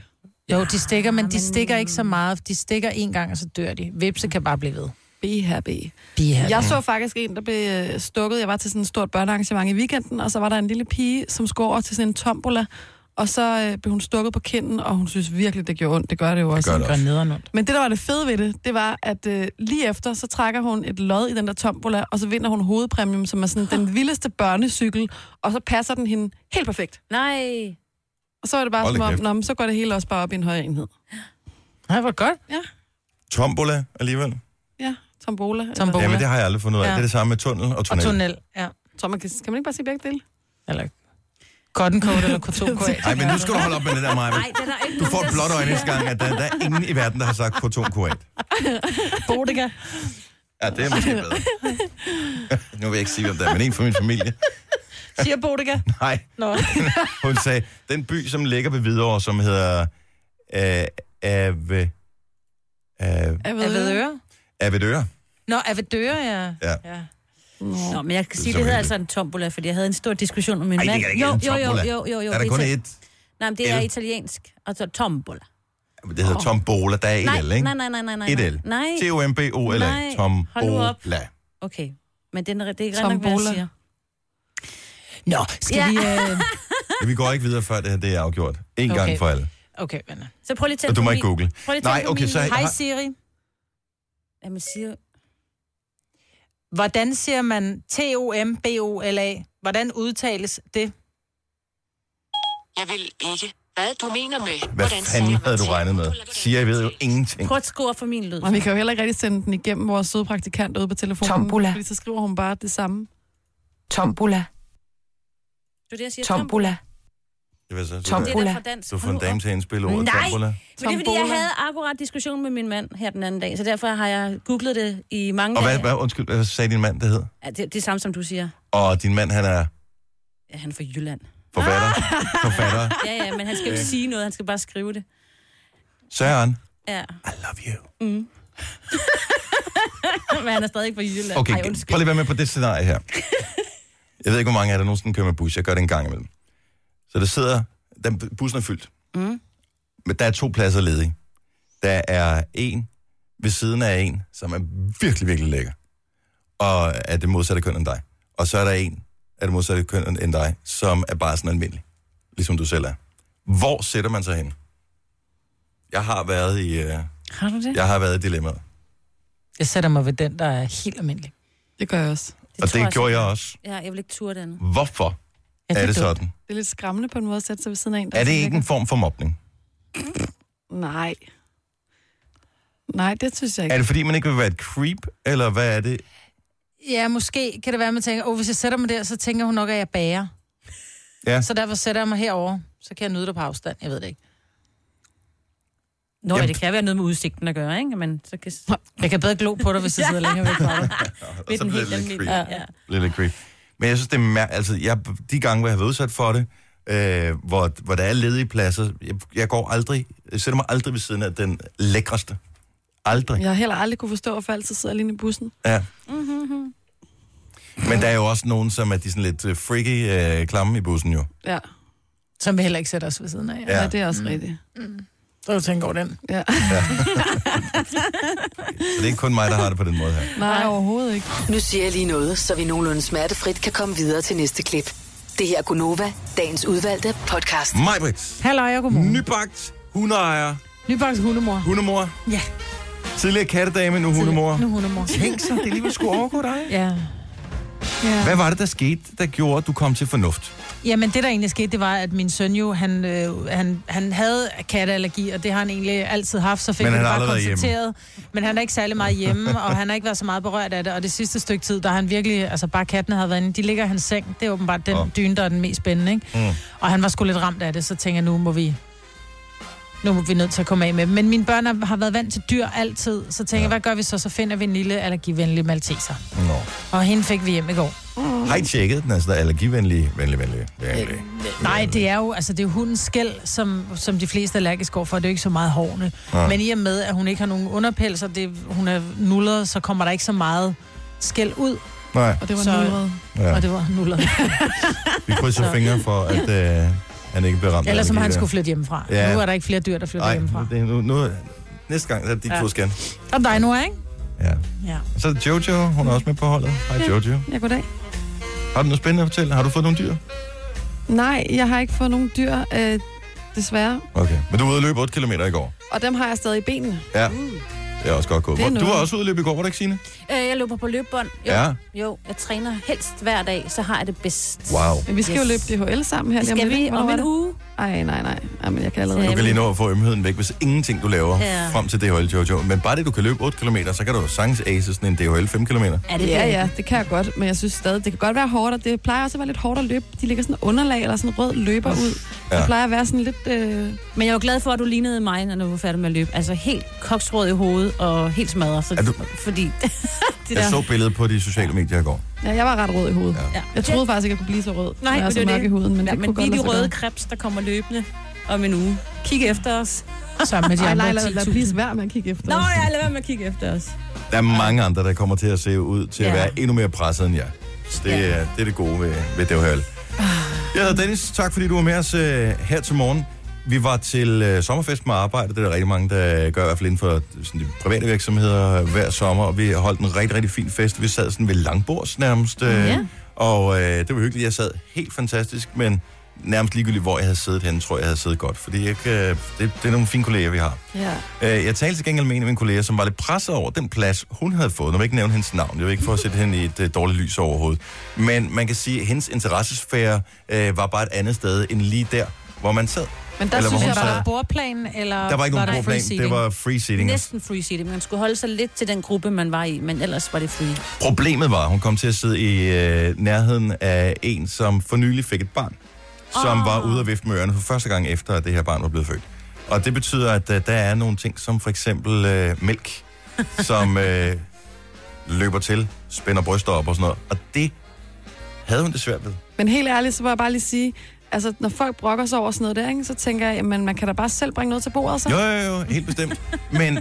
S2: Jo, de stikker, men de stikker ikke så meget. De stikker en gang, og så dør de. Vipse kan bare blive ved.
S3: BHB.
S2: Bier.
S3: Jeg så faktisk en, der blev øh, stukket. Jeg var til sådan et stort børnearrangement i weekenden, og så var der en lille pige, som skulle over til sådan en tombola, og så øh, blev hun stukket på kinden, og hun synes virkelig, det gjorde ondt. Det gør det jo også.
S1: gør det
S2: Gør nederen ondt.
S3: Men det, der var det fede ved det, det var, at øh, lige efter, så trækker hun et lod i den der tombola, og så vinder hun hovedpræmium, som er sådan
S1: Ah.
S3: den vildeste børnecykel, og så passer den hende helt perfekt.
S4: Nej.
S3: Og så er det bare
S1: Hold da
S3: som om,
S1: kæft.
S3: nå, men så går det hele også bare op i en højere enhed.
S2: Nej, hvor godt.
S1: noget. Tombola alligevel?
S3: Ja, tombola. eller-
S2: Tombola.
S1: Jamen, det har jeg aldrig fundet ud af.
S2: Ja.
S1: Det er det samme med tunnel og
S2: Og
S1: tunnel.
S2: tunnel, ja.
S3: Tror man, kan, kan man ikke bare sige begge dele?
S2: Eller cotton coat eller cotton coat.
S1: Nej, men nu skal du holde op med det der, Maja.
S4: Nej, det er der ikke
S1: Du får et blåt øjningsgang, at der, der er ingen i verden, der har sagt kotonkurat.
S2: Bodega.
S1: Ja, det er måske bedre. nu vil jeg ikke sige, hvem der er, men en fra min familie.
S2: Siger Bodega.
S1: Nej,
S2: Nå.
S1: hun sagde, den by, som ligger ved Hvidovre, som hedder øh, Ave, Ave,
S3: Jeg
S2: Avedøre.
S1: Avedøre.
S2: Nå, Avedøre, ja.
S1: Ja.
S2: ja.
S4: Nå, men jeg kan sige,
S1: så
S4: det
S1: heldigt.
S4: hedder altså en tombola, fordi jeg havde en stor diskussion med min
S1: Ej, det
S4: mand.
S1: kan da ikke hedde en
S4: jo, jo,
S1: tombola.
S4: jo, jo, jo.
S1: Der er der
S4: det
S1: kun
S4: ital-
S1: et.
S4: Nej, men det er
S1: L.
S4: italiensk. Altså tombola.
S1: Det hedder Tombola, der er et
S4: Nej,
S1: L, ikke?
S4: nej, nej, nej, nej, nej.
S1: Et L.
S4: Nej,
S1: T-O-M-B-O-L-A.
S4: Nej, hold nu op.
S1: Tombola.
S4: okay. Men det er, det er ikke rent nok, hvad
S3: Tombola.
S4: jeg siger.
S2: Nå, skal
S4: Ja.
S2: vi... Øh...
S1: Ja, vi går ikke videre, før det her det er afgjort. En okay. gang
S2: Okay.
S1: for alle.
S2: Okay, venner.
S4: Så prøv lige at tænde
S1: Og du
S4: på
S1: må ikke
S4: min-
S1: google.
S4: Prøv lige at
S1: Nej,
S4: tænde på
S1: okay,
S4: min-
S1: så-
S2: Hej Siri.
S4: Jamen, siger...
S2: Hvordan siger man T-O-M-B-O-L-A? Hvordan udtales det?
S6: Jeg vil ikke. Hvad du mener med?
S1: Hvad fanden havde du regnet med? Siger, jeg ved jo ingenting.
S4: Prøv at score for min lyd.
S3: Og vi kan jo heller ikke rigtig sende den igennem vores søde praktikant ude på telefonen.
S7: Tombola.
S3: Fordi så skriver hun bare det samme.
S7: Tombola,
S4: Du det, jeg siger
S7: tombola,
S1: Det var så, du,
S7: Tom.
S1: Tom.
S4: Det er
S7: Tombola.
S4: der fra dansk.
S1: du får
S4: Hold
S1: en
S4: nu
S1: dame
S4: op.
S1: til at indspille ordet
S4: Nej.
S1: Tombola.
S4: Men det er, fordi jeg
S3: Tombola.
S4: havde akkurat diskussion med min mand her den anden dag, så derfor har jeg googlet det i mange
S1: Og hvad,
S4: dage.
S1: hvad, undskyld, hvad sagde din mand, det hed?
S4: Ja, det, det er samme, som du siger.
S1: Og din mand, han er
S4: Ja, han er fra Jylland.
S1: forfatter.
S4: Ah!
S1: forfatter.
S4: Ja, ja, men han skal jo ikke sige noget, han skal bare skrive det.
S1: Søren,
S4: Ja, Mm.
S1: I love you.
S4: men han er stadig ikke fra Jylland.
S1: Okay,
S4: Ej,
S1: prøv
S4: undskyld.
S1: lige at være med på det scenarie her. Jeg ved ikke, hvor mange af jer, der nogensinde kører med bus. Jeg gør det en gang imellem. Så der sidder... Den, bussen er fyldt. Mm. Men der er to pladser ledige. Der er en ved siden af en, som er virkelig, virkelig lækker. Og er det modsatte køn end dig. Og så er der en af det modsatte køn end dig, som er bare sådan almindelig. Ligesom du selv er. Hvor sætter man sig hen? Jeg har været i, øh,
S4: Har du det?
S1: jeg har været i dilemmaet.
S2: Jeg sætter mig ved den, der er helt almindelig.
S3: Det gør jeg også.
S1: og
S4: tror
S1: det
S4: jeg
S1: gjorde jeg
S4: simpelthen.
S1: også.
S4: Ja, jeg vil ikke turde det andet.
S1: Hvorfor
S2: Ja,
S1: er det,
S2: dumt.
S1: sådan?
S3: Det er lidt skræmmende på en måde at sætte sig ved siden af en. der
S1: Er det
S3: sådan
S1: ikke en form for mobning?
S3: Nej. Nej, det synes jeg ikke.
S1: Er det fordi, man ikke vil være et creep, eller hvad er det?
S2: Ja, måske kan det være, at man tænker, oh, hvis jeg sætter mig der, så tænker hun nok, at jeg bager.
S1: Ja.
S2: Så derfor sætter jeg mig herover, så kan jeg nyde det på afstand. Jeg ved det ikke.
S4: Nå, ja,
S1: Jamen-
S4: det kan være noget med udsigten at gøre, ikke? Men så kan...
S2: Jeg kan bedre glo på dig, hvis jeg sidder længere væk fra dig.
S1: Og
S4: Ved
S1: så
S4: den
S1: bliver
S4: helt
S1: det lidt
S4: almindelige.
S1: creep.
S4: Ja. ja.
S1: Lidt, lidt creep. Men jeg synes, det er mær- altså, jeg, de gange, hvor jeg har været udsat for det, øh, hvor, hvor der er ledige pladser, jeg, jeg går aldrig, jeg sætter mig aldrig ved siden af den lækreste. Aldrig.
S3: Jeg har heller aldrig kunne forstå, hvorfor jeg altid sidder alene i bussen.
S1: Ja. Men der er jo også nogen, som er de sådan lidt øh, freaky øh, klamme i bussen jo.
S3: Ja,
S2: Som vi heller ikke sætter os ved siden af. Ja.
S3: ja. ja det er også mm. rigtigt.
S2: Så du tænker over den.
S3: Ja.
S1: Så det er ikke kun mig, der har det på den måde her.
S3: Nej, overhovedet ikke.
S6: Nu siger jeg lige noget, så vi nogenlunde smertefrit kan komme videre til næste klip. Det her er Gunova, dagens udvalgte podcast.
S1: Majbrits,
S2: Halløj og godmorgen. Ny...
S1: nybagt hundeejer,
S2: Nybaks hundemor.
S1: hundemor.
S2: Ja.
S1: Tidligere kattedame, nu hundemor.
S2: Nu hundemor.
S1: Tænk så, det lige skulle overgå dig.
S2: Ja.
S1: Hvad var det, der skete, der gjorde, at du kom til fornuft?
S2: Jamen, det der egentlig skete, det var, at min søn jo, han, øh, han, han havde katteallergi, og det har han egentlig altid haft, så fik
S1: Men
S2: vi
S1: han
S2: det
S1: har
S2: bare
S1: aldrig været
S2: konstateret. Men han er ikke særlig meget hjemme, og han har ikke været så meget berørt af det. Og det sidste stykke tid, der har han virkelig, altså bare kattene har været inde, de ligger i hans seng. Det er åbenbart den
S1: Åh.
S2: dyne, der er den mest spændende, ikke?
S1: Mm.
S2: Og han var sgu lidt ramt af det, så tænker jeg, nu må vi nu er vi nødt til at komme af med dem. Men mine børn er- har været vant til dyr altid, så tænker jeg, hvad gør vi så? Så finder vi en lille allergivenlig malteser.
S1: Nå.
S2: Og hende fik vi hjem i går.
S1: Har I tjekket den? Altså, der er allergivenlig, venlig, venlig, venlig.
S2: Nej, det er jo, altså, det er jo hundens skæld, som, som de fleste er allergisk over for. Det er jo ikke så meget hårene.
S1: Nej.
S2: Ja. Men i og med, at hun ikke har nogen underpels, og det, hun er nullet, så kommer der ikke så meget skæld ud.
S1: Nej,
S3: Og det
S2: Så-
S3: var så...
S2: Ja.
S1: Ja.
S2: Og det var nullet.
S1: vi krydser fingre for, at øh, han ikke bliver ramt. af
S2: Ellers som
S1: allergi
S2: han
S1: der.
S2: skulle flytte hjemmefra.
S1: Ja.
S2: Ja. Nu er der ikke flere dyr, der flytter
S1: Nej,
S2: hjemmefra.
S1: det, nu, nu, næste gang, så er det dit ja.
S2: Ja.
S1: tur skal.
S2: Og dig nu, ikke?
S1: Ja.
S2: Ja.
S1: Så er det Jojo, hun er også med på holdet. Hej Jojo.
S3: Ja, goddag.
S1: Har du noget spændende at fortælle? Har du fået nogle dyr?
S3: Nej, jeg har ikke fået nogen dyr, øh, desværre.
S1: Okay. Men du var ude at løbe 8 km i går.
S3: Og dem har jeg stadig i benene.
S1: Ja. Det er også godt gået.
S3: Det er
S1: Hvor- Du var
S3: noget.
S1: også ude at løbe i går, var det ikke, Signe?
S4: Øh, jeg løber på løbebånd. Jo,
S1: Ja.
S4: jo, jeg træner helst hver dag, så har jeg det bedst.
S1: Wow.
S3: Men vi skal yes. jo
S4: Yes.
S3: løbe DHL sammen her.
S4: Det
S3: lige
S4: skal
S3: lidt,
S4: vi
S3: ikke?
S4: om
S3: Hvornår
S4: en
S3: er det?
S4: uge.
S3: Ej, nej, nej. Ej, men jeg kan allerede
S4: Ja.
S1: Du kan lige nå at få ømheden væk, hvis ingenting du laver
S4: Ja.
S1: frem til DHL, Jojo. Men bare det, du kan løbe 8 km, så kan du jo sagtens ace sådan en DHL 5 km.
S4: Er det
S3: Ja,
S4: det?
S3: ja, det kan jeg godt, men jeg synes stadig, det kan godt være hårdt, og det plejer også at være lidt hårdt at løbe. De ligger sådan underlag eller sådan en rød løber ud. Ja.
S1: Ja.
S3: Det plejer at være sådan lidt... Øh...
S4: Men jeg er jo glad for, at du lignede mig, når du var færdig med at løbe. Altså helt koksråd i hovedet og helt smadret. Så,
S1: Er du-
S4: Fordi det
S1: Jeg
S4: der...
S1: så billedet på de sociale medier i går.
S3: Ja, jeg var ret rød i hovedet. Ja.
S1: Ja.
S3: Jeg troede faktisk ikke, jeg kunne blive så rød.
S4: Nej,
S3: jeg er
S4: men
S3: så
S4: det er
S3: mørk
S4: det.
S3: i huden, men
S4: Ja,
S3: det
S4: men
S3: kunne
S4: vi
S3: godt
S4: er
S3: lade
S4: de
S3: sig
S4: røde
S3: gøre.
S4: krebs, der kommer løbende om en uge. Kig efter os.
S2: Sammen med de
S3: Ej, nej,
S2: andre
S3: lad, lad
S2: 10.000.
S3: please være med at kigge efter.
S4: Nå
S3: os.
S4: ja, lad være med at kigge efter os.
S1: Der er mange andre, der kommer til at se ud til at
S4: Ja.
S1: være endnu mere presset end jeg. Så det,
S4: Ja.
S1: ja. det er det gode ved, ved det her. Jeg hedder Dennis, tak fordi du var med os øh, her til morgen. Vi var til øh, sommerfest med arbejde, det er der rigtig mange, der gør i hvert fald inden for sådan, de private virksomheder øh, hver sommer, og vi holdt en rigtig, rigtig fin fest. Vi sad sådan ved langbords nærmest, øh,
S4: Ja.
S1: og øh, det var hyggeligt. Jeg sad helt fantastisk, men nærmest ligegyldigt, hvor jeg havde siddet henne, tror jeg, jeg havde siddet godt, fordi jeg, kan- det, det er nogle fine kolleger, vi har.
S3: Ja.
S1: Øh, Jeg talte til gengæld med en af mine kolleger, som var lidt presset over den plads, hun havde fået. Nu vil jeg ikke nævne hendes navn. Jeg vil ikke få at sætte hende i et øh, dårligt lys overhovedet. Men man kan sige, at hendes interessesfære øh, var bare et andet sted end lige der, hvor man sad.
S2: Men der
S1: Eller hvor
S2: synes jeg,
S1: hun
S2: der
S1: sad.
S2: var bordplan, eller
S1: Der var ikke
S2: var
S1: nogen problem.
S2: free
S1: Det
S2: seating?
S1: var free seating.
S4: Næsten free seating. Man skulle holde sig lidt til den gruppe, man var i, men ellers var det free.
S1: Problemet var, at hun kom til at sidde i øh, nærheden af en, som for nylig fik et barn, som
S4: Åh.
S1: var ude at vifte med ørerne for første gang efter, at det her barn var blevet født. Og det betyder, at øh, der er nogle ting, som for eksempel øh, mælk, som øh, løber til, spænder bryster op og sådan noget. Og det havde hun det svært ved.
S3: Men helt ærligt, så må jeg bare lige sige, altså når folk brokker sig over sådan noget der, ikke, så tænker jeg, jamen man kan da bare selv bringe noget til bordet, så.
S1: Jo, jo, jo, helt bestemt. Men,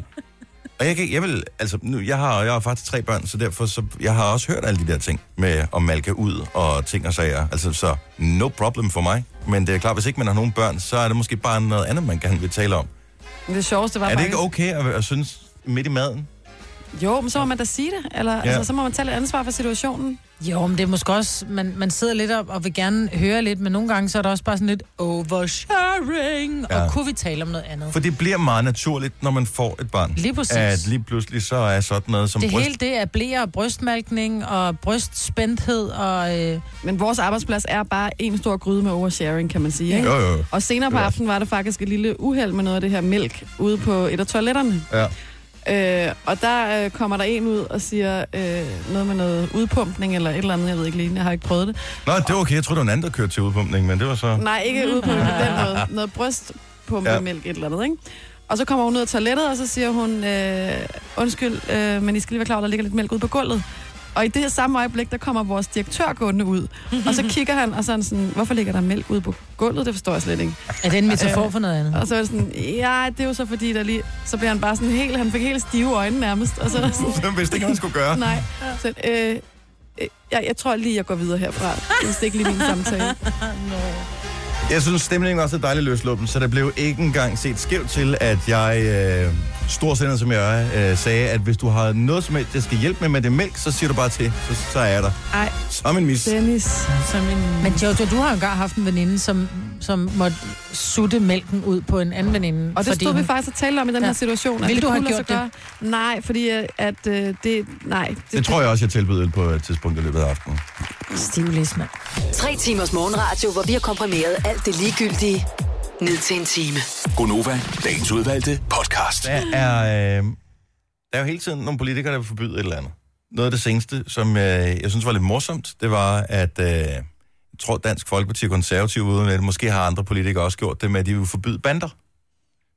S1: og jeg, kan, jeg vil, altså, nu, jeg har, jeg har faktisk tre børn, så derfor, så, jeg har også hørt alle de der ting med at malke ud og ting og sager. Altså, så no problem for mig. Men det er klart, hvis ikke man har nogen børn, så er det måske bare noget andet, man gerne vil tale om.
S3: Men Det sjoveste var
S1: Er det
S3: faktisk...
S1: ikke okay at, at synes midt i maden?
S3: Jo, men så må man da sige det, eller ja. altså, så må man tage lidt ansvar for situationen.
S2: Jo, men det er måske også, man, man sidder lidt op og vil gerne høre lidt, men nogle gange så er der også bare sådan lidt oversharing, ja.
S1: Ja.
S2: og kunne vi tale om noget andet?
S1: For det bliver meget naturligt, når man får et barn.
S2: Lige præcis.
S1: At lige pludselig så er sådan noget som
S2: Det
S1: bryst.
S2: hele det er blære og brystmalkning og brystspændthed og... Øh,
S3: Men vores arbejdsplads er bare en stor gryde med oversharing, kan man sige. Ikke?
S1: Jo, jo.
S3: Og senere på
S1: Det er
S3: aftenen var der faktisk et lille uheld med noget af det her mælk ude på et af toiletterne.
S1: Ja.
S3: Øh, og der øh, kommer der en ud og siger øh, noget med noget udpumpning eller et eller andet, jeg ved ikke lige, jeg har ikke prøvet det.
S1: Nå, det var okay. Jeg troede, det var en anden, der kørte til udpumpning, men det var så...
S3: Nej, ikke udpumpning på den måde. Noget brystpumpemælk, ja. et eller andet, ikke? Og så kommer hun ud af toilettet, og så siger hun, øh, undskyld, øh, men I skal lige være klar, over, der ligger lidt mælk ude på gulvet. Og i det her samme øjeblik, der kommer vores direktør gående ud. Og så kigger han, og så er han sådan, hvorfor ligger der mælk ude på gulvet? Det forstår jeg slet ikke.
S2: er det en metafor for noget andet?
S3: Og så er det sådan, ja, det er jo så fordi, der lige... Så bliver han bare sådan helt, han fik helt stive øjne nærmest. Og så er der sådan,
S1: Hvem vidste ikke, hvad man skulle gøre?
S3: nej. Så, øh, øh, jeg, jeg tror lige, jeg går videre herfra. Hvis det ikke lige er min samtale.
S1: Jeg synes, stemningen var så dejlig løsluppen, så der blev ikke engang set skævt til, at jeg, øh, storsindet som jeg er, øh, sagde, at hvis du har noget som helst, jeg skal hjælpe med med det mælk, så siger du bare til, så, så er jeg der.
S3: Ej,
S1: Som en mis.
S3: Dennis.
S2: Men Jojo, du har jo engang haft en veninde, som, som måtte sutte mælken ud på en anden veninde.
S3: Og det
S2: fordi
S3: stod vi
S2: hun-
S3: faktisk og talte om i den ja. her
S2: Ja.
S3: situation. at
S2: Ville
S3: det
S2: du have
S3: kunne lade sig
S2: gjort
S3: gøre. Nej, fordi øh, at øh, det... Nej.
S1: Det tror jeg også, jeg tilbød på et tidspunkt i løbet af aftenen.
S2: Stivlæs, mand.
S6: Tre timers morgenradio, hvor vi har komprimeret alt det ligegyldige ned til en time.
S5: Gonova, dagens udvalgte podcast.
S1: Der er, øh, der er jo hele tiden nogle politikere, der vil forbyde et eller andet. Noget af det seneste, som øh, jeg synes var lidt morsomt, det var, at øh, jeg tror Dansk Folkeparti og Konservative uden at måske har andre politikere også gjort det med, at de vil forbyde bander.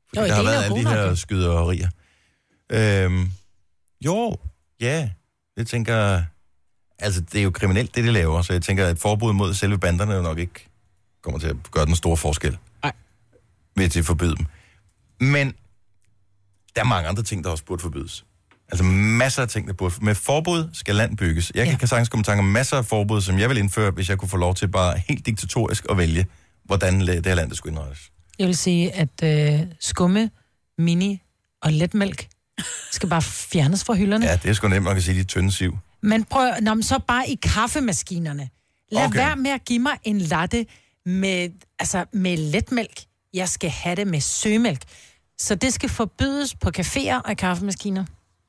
S1: Fordi
S2: Jo,
S1: jo, der har
S2: det er
S1: været
S2: en
S1: alle de
S2: af
S1: her
S2: Ronak, jo.
S1: skyderier. Øhm, jo, ja. Jeg tænker... Altså, det er jo kriminelt, det de laver, så jeg tænker, at et forbud mod selve banderne jo nok ikke kommer til at gøre den store forskel.
S2: Nej.
S1: Ved til at forbyde dem. Men der er mange andre ting, der også burde forbydes. Altså masser af ting, der burde... Med forbud skal land bygges. Jeg ja. kan sagtens komme i tanke om masser af forbud, som jeg vil indføre, hvis jeg kunne få lov til bare helt diktatorisk at vælge, hvordan la- det her land det skulle indrettes.
S2: Jeg vil sige, at øh, skumme, mini og letmælk skal bare fjernes fra hylderne. Ja.
S1: Ja, det er sgu nemt nok at sige, de er tynde siv.
S2: Men prøv, nå, men så bare i kaffemaskinerne. Lad
S1: Okay.
S2: okay. være med at give mig en latte med, altså med letmælk. Jeg skal have det med sømælk. Så det skal forbydes på caféer og i kaffemaskiner.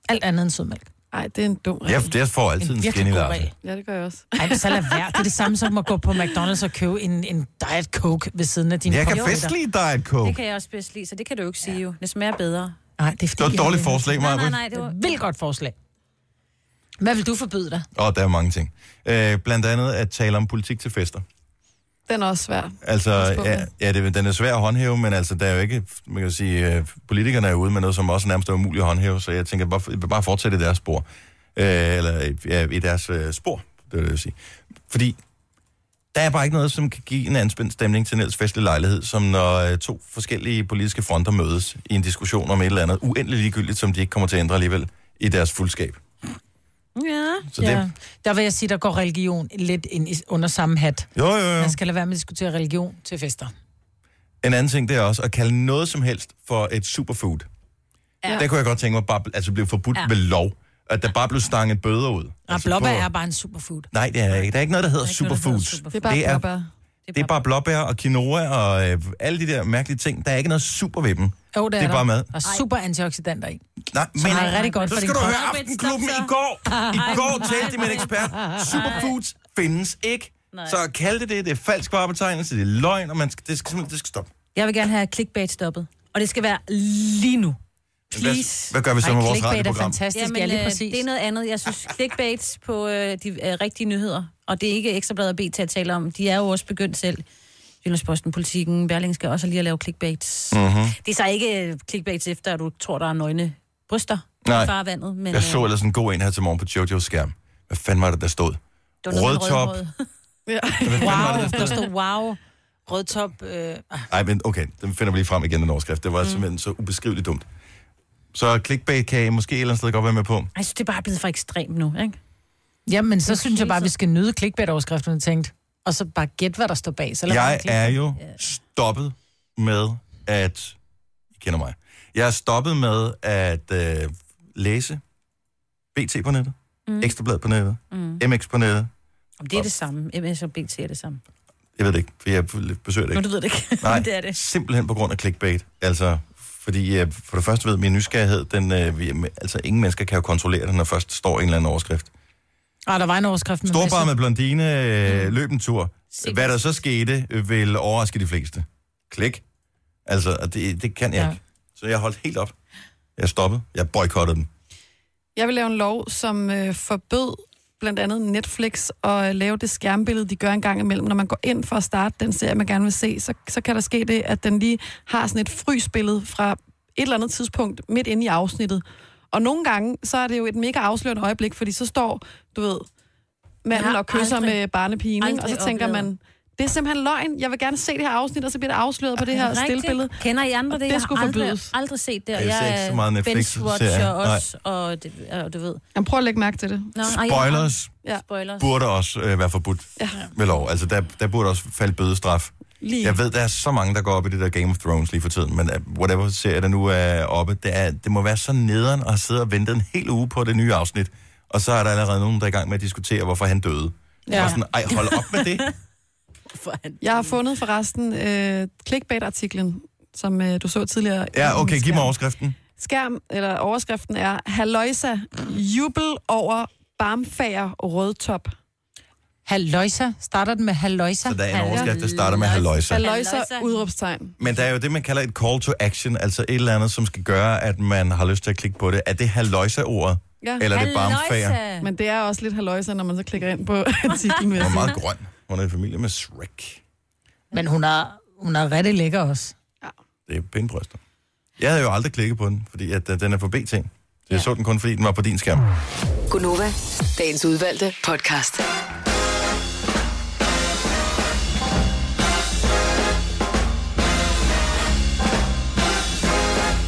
S2: Alt andet end sødmælk.
S3: Nej, det er en dum regel.
S1: Jeg, jeg får altid en, en skinny latte.
S3: Ja, det gør jeg også.
S2: Ej, men så lad være. Det er det samme som at gå på McDonald's og købe en, en Diet Coke ved siden af din
S1: Jeg kan bedst lide Diet Coke.
S4: Det kan jeg også bedst lide, så det kan du jo ikke sige jo. Det smager bedre.
S2: Nej, det er fordi,
S1: Det var et
S2: jeg-
S1: dårligt forslag,
S4: Nej, nej,
S1: Maja.
S4: nej, det var...
S2: Vildt godt forslag. Hvad vil du forbyde dig?
S1: Åh, der er mange ting. Øh, blandt andet at tale om politik til fester.
S3: Den er også svær.
S1: Altså,
S3: på
S1: ja,
S3: med.
S1: ja det, den er svær at håndhæve, men altså, der er jo ikke, man kan sige, øh, politikerne er ude med noget, som også nærmest er umuligt at håndhæve, så jeg tænker, bare, bare fortsætte i deres spor. Øh, eller i- ja, i deres øh, spor, det vil jeg vil sige. Fordi der er bare ikke noget, som kan give en anspændt stemning til en ellers festlig lejlighed, som når øh, to forskellige politiske fronter mødes i en diskussion om et eller andet, uendelig ligegyldigt, som de ikke kommer til at ændre alligevel i deres fuldskab.
S4: Ja.
S1: Så ja. det,
S2: Der vil jeg sige, der går religion lidt ind i, under samme hat.
S1: jo, jo, jo.
S2: Man skal lade være med at diskutere religion til fester.
S1: En anden ting, det er også at kalde noget som helst for et superfood. Ja. Der kunne jeg godt tænke mig, bare, altså blev forbudt ja. ved lov. At der bare blev stanget bøder ud.
S2: Og
S1: Altså,
S2: blåbær
S1: på-
S2: er bare en superfood.
S1: Nej, det er ikke. Der er ikke noget, der hedder
S4: ikke noget, der hedder
S1: superfoods.
S4: superfood.
S3: Det er bare
S1: Det
S3: det
S1: er-
S3: er...
S1: Det er bare blåbær og quinoa og øh, alle de der mærkelige ting. Der er ikke noget super ved dem.
S2: Jo, det er,
S1: Det er bare
S2: der.
S1: mad.
S2: Og super antioxidanter i.
S1: Nej, men...
S2: Som er rigtig godt
S1: så
S2: for
S1: skal
S2: din
S1: du
S2: krop.
S1: høre Aftenklubben i går. I går talte de med en ekspert. Superfoods findes ikke. Så at kalde det det, det er falsk varebetegnelse, det er løgn, og man skal, det, skal, simpelthen- det skal stoppe.
S4: Jeg vil gerne have clickbait stoppet. Og det skal være lige nu.
S1: Hvad,
S4: Please.
S1: hvad gør vi så med vores
S2: clickbait er
S1: radioprogram?
S2: fantastisk, Jamen, ja, lige
S4: øh,
S2: præcis.
S4: det er noget andet. Jeg synes, clickbaits på øh, de øh, rigtige nyheder, og det er ikke Ekstrabladet og B til at tale om. De er jo også begyndt selv. Jyllandsposten, Politiken, Berling skal også lige at lave clickbaits.
S1: Mhm.
S4: Mm-hmm. Det er så ikke øh, clickbaits efter, at du tror, der er nøgne bryster
S1: Nej.
S4: i farvandet. Men, øh,
S1: Jeg så ellers en god en her til morgen på Jojo's skærm. Hvad fanden var det, der stod?
S4: det var noget med
S1: Rødtop.
S4: rødhåret.
S2: Wow, der stod wow. Rødtop. Øh, ah,
S1: Nej, men okay, den finder vi lige frem igen, den overskrift. Det var mm. simpelthen så ubeskriveligt dumt. Så clickbait kan I måske et eller andet sted godt være med på.
S4: Ej, Jeg synes, det er bare blevet for ekstremt nu, ikke?
S2: jamen, så synes jeg bare, vi skal nyde clickbait-overskrifterne, tænkt. Og så bare gæt, hvad der står bag. Så lad være med
S1: Jeg
S2: at klikke.
S1: er jo stoppet med at... I kender mig. Jeg er stoppet med at øh, læse BT på nettet, mm. Ekstrablad på nettet, mm. MX på nettet.
S4: Om det er det samme. MS og BT er det samme.
S1: Jeg ved det ikke, for jeg besøger det ikke.
S4: Nå, du ved det ikke.
S1: Nej,
S4: det er det.
S1: simpelthen på grund af clickbait. Altså, fordi jeg for det første ved, min nysgerrighed, den, øh, vi- altså ingen mennesker kan jo kontrollere det, når først står en eller anden overskrift.
S2: Ah, der var en overskrift med
S1: Storbar
S2: masse-
S1: med blondine,
S4: Mm.
S1: øh, løb en tur. Hvad der så skete, øh, vil overraske de fleste. Klik. Altså, og det, det kan jeg
S2: Ja.
S1: ikke. Så jeg holdt helt op. Jeg stoppede. Jeg boykottede dem.
S3: Jeg vil lave en lov, som øh, forbød blandt andet Netflix at øh, lave det skærmbillede, de gør en gang imellem. Når man går ind for at starte den serie, man gerne vil se, så, så kan der ske det, at den lige har sådan et frysbillede fra et eller andet tidspunkt midt inde i afsnittet. Og nogle gange, så er det jo et mega afslørende øjeblik, fordi så står, du ved,
S4: Jeg
S3: manden
S4: har
S3: og kysser
S4: aldrig-
S3: med barnepigen, ikke? og så
S4: aldrig
S3: tænker
S4: oplevet.
S3: man, det er simpelthen løgn, jeg vil gerne se det her afsnit, og så bliver det afsløret på det her
S4: Rigtigt.
S3: stillbillede.
S4: Kender I andre det?
S3: det
S4: Jeg
S3: skulle
S4: har aldrig,
S3: forbydes.
S4: aldrig set det. og
S1: Jeg ser ikke
S4: er
S1: så meget Netflix-serier.
S4: binge-watcher
S1: Nej.
S4: også, og, det, og du ved.
S3: Jamen, prøv at lægge mærke til det.
S4: Nå, ej, jeg-
S1: Spoilers
S3: Ja,
S4: Spoilers.
S1: burde også øh, være forbudt ja. ved lov. Altså, der, der burde også falde bødestraf.
S3: lige.
S1: Jeg ved, der er så mange, der går op i det der Game of Thrones lige for tiden, men øh, whatever serie der nu er oppe, det, er, det må være så nederen at sidde og vente en hel uge på det nye afsnit, og så er der allerede nogen, der er i gang med at diskutere, hvorfor han døde. Ja. Og sådan, ej, hold op med det.
S3: Jeg har fundet forresten øh, clickbait-artiklen, som øh, du så tidligere.
S1: Ja, okay, giv mig
S3: Skærm.
S1: overskriften.
S3: Skærm, eller overskriften er, Halløjsa, jubel over barmfager rødtop.
S2: Halløjsa. Starter den med halløjsa?
S1: Så der er en overskrift, der starter med halløjsa.
S3: Halløjsa,
S4: Halløjsa.
S3: udråbstegn.
S1: Men der er jo det, man kalder et call to action, altså et eller andet, som skal gøre, at man har lyst til at klikke på det. Er det halløjsa-ordet?
S3: Ja.
S1: Eller er det barmfager?
S4: Halløjsa.
S3: Men det er også lidt halløjsa, når man så klikker ind på artiklen. vil
S1: Hun er
S3: jeg sige.
S1: meget grøn. Hun er i familie med Shrek.
S2: Men hun er, hun er rigtig lækker også.
S1: Det er pæne bryster. Jeg havde jo aldrig klikket på den, fordi at, øh, den er på BT. Så jeg ja. så den kun, fordi den var på din skærm.
S6: Gunova, dagens udvalgte podcast.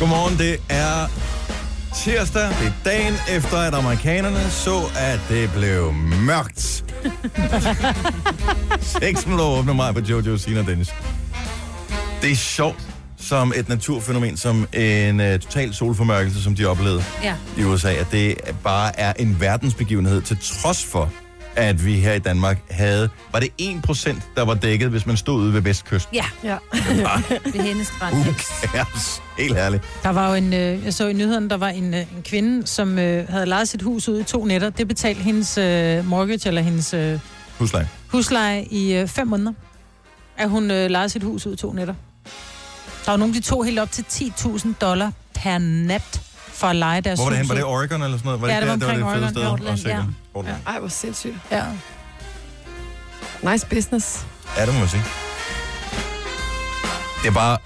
S1: Godmorgen, det er tirsdag. Det er dagen efter, at amerikanerne så, at det blev mørkt. 6 minutter åbner mig på Jojo, Sina og Dennis. Det er sjovt, som et naturfænomen, som en uh, total solformørkelse, som de oplevede
S4: Ja.
S1: i USA, at det bare er en verdensbegivenhed, til trods for, at vi her i Danmark havde... Var det 1%, der var dækket, hvis man stod ude ved Vestkysten?
S4: Ja,
S3: Ja.
S4: ved hendes strand.
S1: Who cares? Helt ærligt.
S2: Der var jo en, øh, jeg så i nyhederne, der var en, øh, en kvinde, som øh, havde lejet sit hus ud i to nætter. Det betalte hendes øh, mortgage eller hendes øh,
S1: Husleje.
S2: husleje i øh, fem måneder, at hun øh, lejede sit hus ud i to nætter. Der var nogen, de tog helt op til 10.000 dollar per nat for at lege deres
S1: Hvor var det hen?
S2: hus
S1: Var det
S2: ud.
S1: Oregon eller sådan noget?
S2: Ja,
S1: ikke
S2: det
S1: der,
S2: var omkring
S1: det
S2: Oregon,
S1: fede sted?
S4: Portland,
S1: Også, Portland.
S3: Ej, hvor sindssygt.
S2: Ja.
S3: Nice business.
S1: Ja, det må man sige. Det er bare...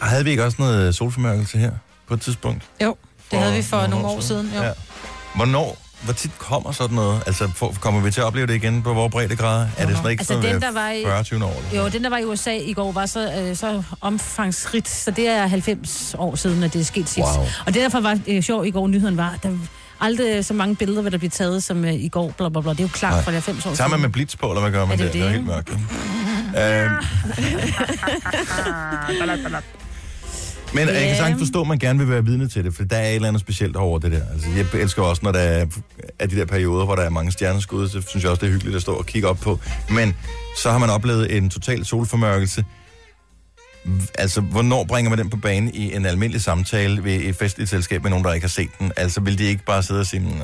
S1: Havde vi ikke også noget solformørkelse her på et tidspunkt?
S2: Jo, det havde vi for nogle, år, siden. Jo.
S1: Ja. Hvornår, hvor tit kommer sådan noget? Altså, for- kommer vi til at opleve det igen på vores breddegrader? Er det sådan ikke
S4: Altså,
S1: sådan
S4: den,
S1: øh,
S4: der var i-
S1: 40-20 år? Eller?
S4: Jo, den der var i USA i går var så, øh, så omfangsrigt, så det er 90 år siden, at det er sket sidst.
S1: Wow.
S4: Og det derfor var øh, sjovt i går, nyheden var, at der aldrig så mange billeder, vil der blive taget som øh, i går, bla, bla, bla. Det er jo
S1: Nej.
S4: klart for 90 år
S1: Tager man
S4: siden.
S1: med blitz på, eller hvad gør man
S4: det
S1: der?
S4: det,
S1: Det er jo helt
S4: ikke?
S1: mørkt. ikke? øhm. Men jeg kan sagtens forstå, at man gerne vil være vidne til det, for der er et eller andet specielt over det der. Altså, jeg elsker også, når der er, er de der perioder, hvor der er mange stjerneskud, så synes jeg også, det er hyggeligt at stå og kigge op på. Men så har man oplevet en total solformørkelse. Altså, hvornår bringer man den på banen i en almindelig samtale ved et festligt selskab med nogen, der ikke har set den? Altså, vil de ikke bare sidde og sige, "Nå,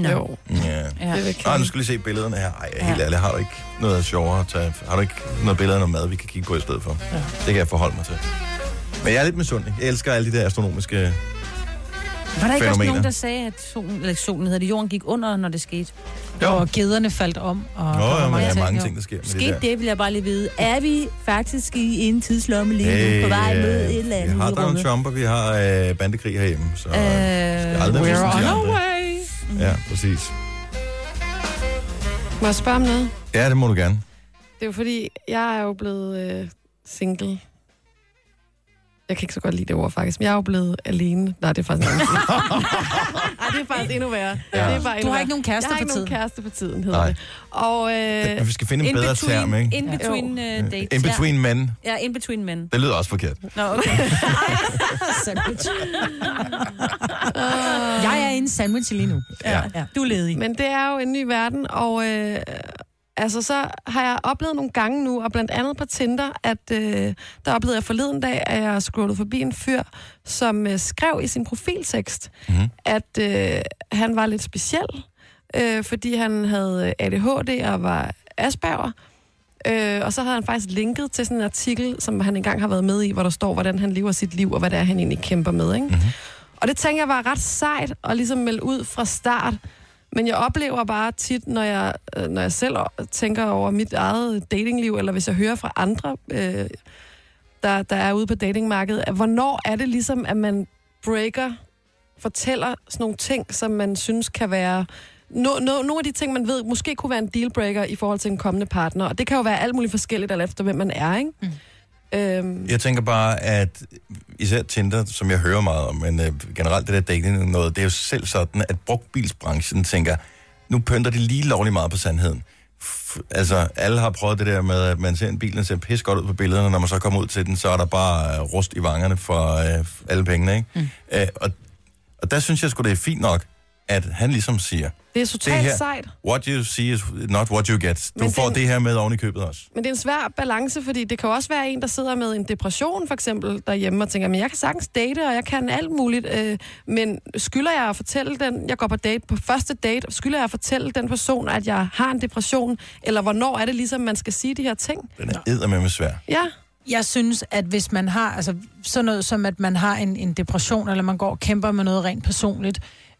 S4: Nå.
S3: Jo.
S1: ja,
S4: Ja.
S3: Det vil
S1: Nå, nu
S3: kæmpe.
S1: skal vi se billederne her. Ej, helt ærligt, har du ikke noget sjovere at tage? Har du ikke noget billeder af noget mad, vi kan kigge på i stedet for? Ja. Det kan jeg forholde mig til. Men jeg er lidt misundelig. Jeg elsker alle de der astronomiske...
S4: Var der ikke også
S1: Fænomener.
S4: nogen, der sagde, at solen, eller ikke solen hedder det, jorden gik under, når det skete?
S2: Og gederne faldt om. Og
S1: Nå,
S2: var
S1: ja, men der er
S2: jo.
S1: mange ting, der sker med det der.
S4: Skete det, vil jeg bare lige vide. Er vi faktisk i en tidslomme lige nu,
S1: Hey,
S4: på vej mod
S1: øh,
S4: et eller andet
S1: Vi har
S4: i rummet?
S1: Donald Trump, og vi har øh, bandekrig herhjemme, så øh, skal aldrig
S2: we're
S1: miste
S2: on
S1: de
S2: our
S1: andre. Ja, præcis.
S3: Må jeg spørge om noget?
S1: Ja, det må du gerne.
S3: Det er jo fordi, jeg er jo blevet øh, single. Jeg kan ikke så godt lide det ord, faktisk. Men jeg er jo blevet alene. Nej, det er faktisk ikke. Nej, det er faktisk endnu værre.
S1: Ja.
S3: Ja. Det er bare
S2: Du
S3: endnu
S2: har
S3: værre.
S2: ikke nogen
S3: jeg
S2: kæreste
S3: har
S2: for
S3: ikke nogen
S2: tiden.
S3: kæreste på tiden, hedder
S1: Nej.
S3: det. Og øh,
S1: Øh, vi skal finde en bedre
S4: between,
S1: term, ikke?
S4: In between uh, dates.
S1: In between men.
S4: Ja, ja in between men.
S1: Det lyder også forkert.
S4: Nå, okay.
S2: Sandwich. jeg er i en sandwich lige nu.
S1: Ja.
S2: ja. Du er ledig.
S3: Men det er jo en ny verden, og øh, altså, så har jeg oplevet nogle gange nu, og blandt andet på Tinder, at øh, der oplevede jeg forleden dag, at jeg scrollede forbi en fyr, som øh, skrev i sin profiltekst, mm-hmm. at øh, han var lidt speciel, øh, fordi han havde øh, ADHD og var Asperger. Øh, og så havde han faktisk linket til sådan en artikel, som han engang har været med i, hvor der står, hvordan han lever sit liv, og hvad det er, han egentlig kæmper med. Ikke? Mm-hmm. Og det tænker jeg var ret sejt at ligesom melde ud fra start. Men jeg oplever bare tit, når jeg, øh, når jeg selv o- tænker over mit eget datingliv, eller hvis jeg hører fra andre, øh, der, der er ude på datingmarkedet, at hvornår er det ligesom, at man breaker, fortæller sådan nogle ting, som man synes kan være... No, no, nogle af de ting, man ved, måske kunne være en dealbreaker i forhold til en kommende partner. Og det kan jo være alt muligt forskelligt, alt efter hvem man er, ikke? Mm. Øhm,
S1: Jeg tænker bare, at især Tinder, som jeg hører meget om, men øh, generelt det der dating noget, det er jo selv sådan, at brugtbilsbranchen tænker, nu pynter de lige lovlig meget på sandheden. F- altså, alle har prøvet det der med, at man ser en bil, den ser pis godt ud på billederne, og når man så kommer ud til den, så er der bare øh, rust i vangerne for øh, alle pengene, ikke? Mm. Øh, og, og der synes jeg sgu, det er fint nok, at han ligesom siger,
S3: det er
S1: det
S3: totalt
S1: her,
S3: sejt.
S1: what you see is not what you get. Du
S3: Men
S1: får
S3: den-
S1: det her med oven i købet også.
S3: Men det er en svær balance, fordi det kan jo også være en, der sidder med en depression for eksempel derhjemme og tænker, men jeg kan sagtens date, og jeg kan alt muligt, øh, men skylder jeg at fortælle den, jeg går på date på første date, skylder jeg at fortælle den person, at jeg har en depression, eller hvornår er det ligesom, man skal sige de her ting?
S1: Den er eddermame svær.
S3: Ja,
S2: Jeg synes, at hvis man har altså, sådan noget som, at man har en, en depression, eller man går og kæmper med noget rent personligt,